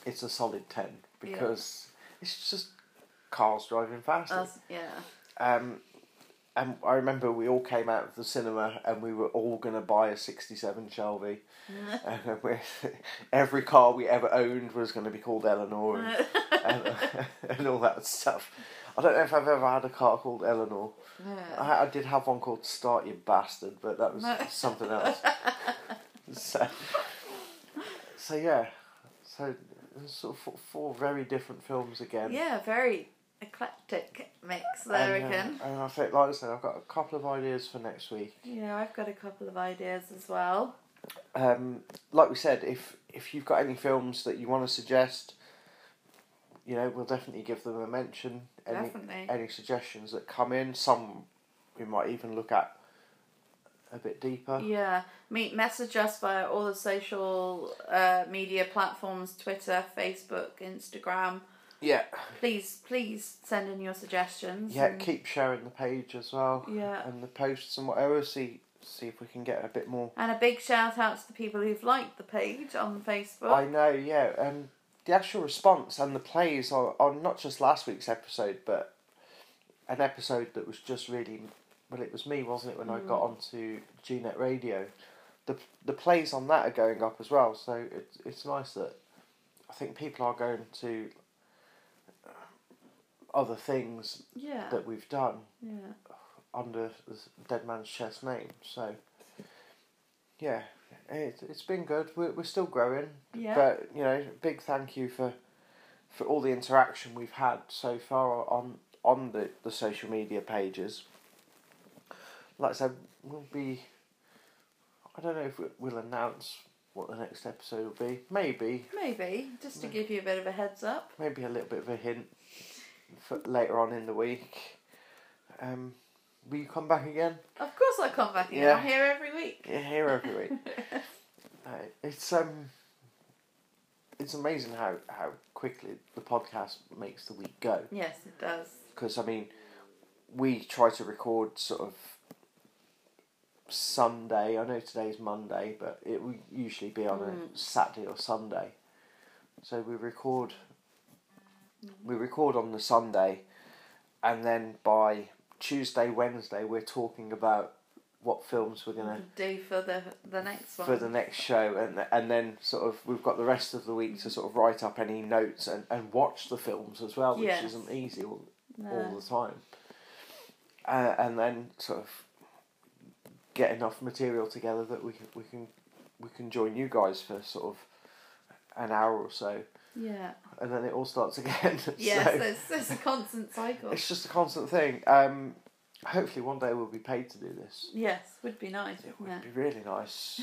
Speaker 1: it's a solid ten because it's just cars driving fast.
Speaker 2: That's, yeah.
Speaker 1: Um, and I remember we all came out of the cinema and we were all gonna buy a '67 Shelby. and we every car we ever owned was gonna be called Eleanor and, and, and all that stuff. I don't know if I've ever had a car called Eleanor.
Speaker 2: Yeah.
Speaker 1: I, I did have one called Start You Bastard, but that was
Speaker 2: No.
Speaker 1: something else. so, so yeah, so there's sort of four, four very different films again.
Speaker 2: Yeah, very eclectic mix there
Speaker 1: and, uh,
Speaker 2: again.
Speaker 1: and I think, like I said, I've got a couple of ideas for next week.
Speaker 2: Yeah, I've got a couple of ideas as well.
Speaker 1: Um, like we said, if if you've got any films that you want to suggest, you know, we'll definitely give them a mention. Any,
Speaker 2: Definitely.
Speaker 1: any suggestions that come in, some we might even look at a bit deeper.
Speaker 2: Yeah. Me message us via all the social uh, media platforms, Twitter, Facebook, Instagram.
Speaker 1: yeah.
Speaker 2: Please, please send in your suggestions.
Speaker 1: Yeah,
Speaker 2: and-
Speaker 1: keep sharing the page as well.
Speaker 2: Mm-hmm. Yeah.
Speaker 1: And the posts and whatever. See, see if we can get a bit more.
Speaker 2: And a big shout out to the people who've liked the page on Facebook.
Speaker 1: I know. Yeah. Um, the actual response and the plays on, on not just last week's episode, but an episode that was just really well. It was me, wasn't it, when I got onto GNet Radio. The the plays on that are going up as well. So it's it's nice that I think people are going to uh, other things
Speaker 2: yeah.
Speaker 1: that we've done.
Speaker 2: yeah.
Speaker 1: under the Dead Man's Chest name. So, yeah, it, it's been good. We're, we're still growing.
Speaker 2: Yeah.
Speaker 1: But, you know, big thank you for for all the interaction we've had so far on on the, the social media pages. Like I said, we'll be. I don't know if we- we'll announce what the next episode will be. Maybe.
Speaker 2: Maybe, just to give you a bit of a heads up.
Speaker 1: Maybe a little bit of a hint for later on in the week. Um, will you come back again?
Speaker 2: Of course, I come back here.
Speaker 1: Yeah.
Speaker 2: I'm here every week.
Speaker 1: Yeah, here every week. No, Uh, it's um, it's amazing how how quickly the podcast makes the week go.
Speaker 2: Yes, it does.
Speaker 1: Because I mean, we try to record sort of Sunday. I know today's Monday, but it will usually be on a Saturday or Sunday. So we record. We record on the Sunday, and then by Tuesday, Wednesday, we're talking about what films we're gonna
Speaker 2: do for the the next one.
Speaker 1: for the next show, and and then sort of we've got the rest of the week to sort of write up any notes and, and watch the films as well, which
Speaker 2: Yes.
Speaker 1: isn't easy all, all
Speaker 2: No.
Speaker 1: the time. Uh, and then sort of get enough material together that we can we can we can join you guys for sort of an hour or so,
Speaker 2: Yeah.
Speaker 1: and then it all starts again.
Speaker 2: Yes,
Speaker 1: so
Speaker 2: it's, it's a constant cycle.
Speaker 1: it's just a constant thing. Um, hopefully, one day we'll be paid to do this.
Speaker 2: Yes, would be nice.
Speaker 1: It would
Speaker 2: wouldn't
Speaker 1: be really nice.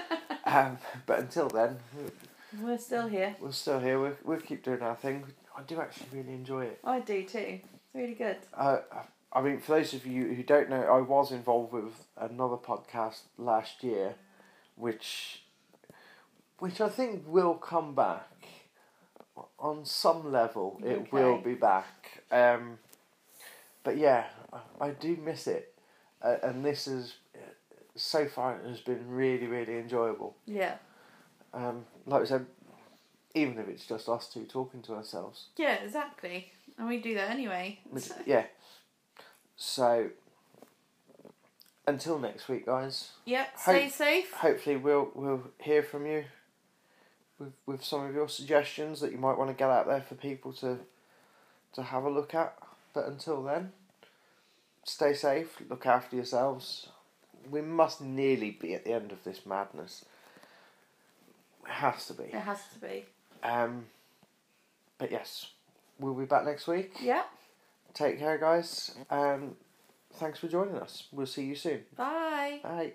Speaker 1: um, but until then,
Speaker 2: it? We're still here.
Speaker 1: we're still here. We'll, we'll keep doing our thing. I do actually really enjoy it.
Speaker 2: I do too. It's really good.
Speaker 1: Uh, I mean, for those of you who don't know, I was involved with another podcast last year, which, which I think will come back. On some level, it
Speaker 2: Okay.
Speaker 1: will be back. Um, but yeah, I- I do miss it, uh, and this is so far it has been really, really enjoyable.
Speaker 2: Yeah.
Speaker 1: Um, like I said, even if it's just us two talking to ourselves.
Speaker 2: Yeah, exactly. And we do that anyway.
Speaker 1: Which, yeah. So until next week, guys.
Speaker 2: yeah, stay
Speaker 1: Hope-
Speaker 2: safe.
Speaker 1: Hopefully, we'll we'll hear from you with with some of your suggestions that you might want to get out there for people to to have a look at. But until then, stay safe. Look after yourselves. We must nearly be at the end of this madness. It has to be.
Speaker 2: It has to be.
Speaker 1: Um. But yes, we'll be back next week.
Speaker 2: Yeah.
Speaker 1: Take care, guys. Um, thanks for joining us. We'll see you soon.
Speaker 2: Bye.
Speaker 1: Bye.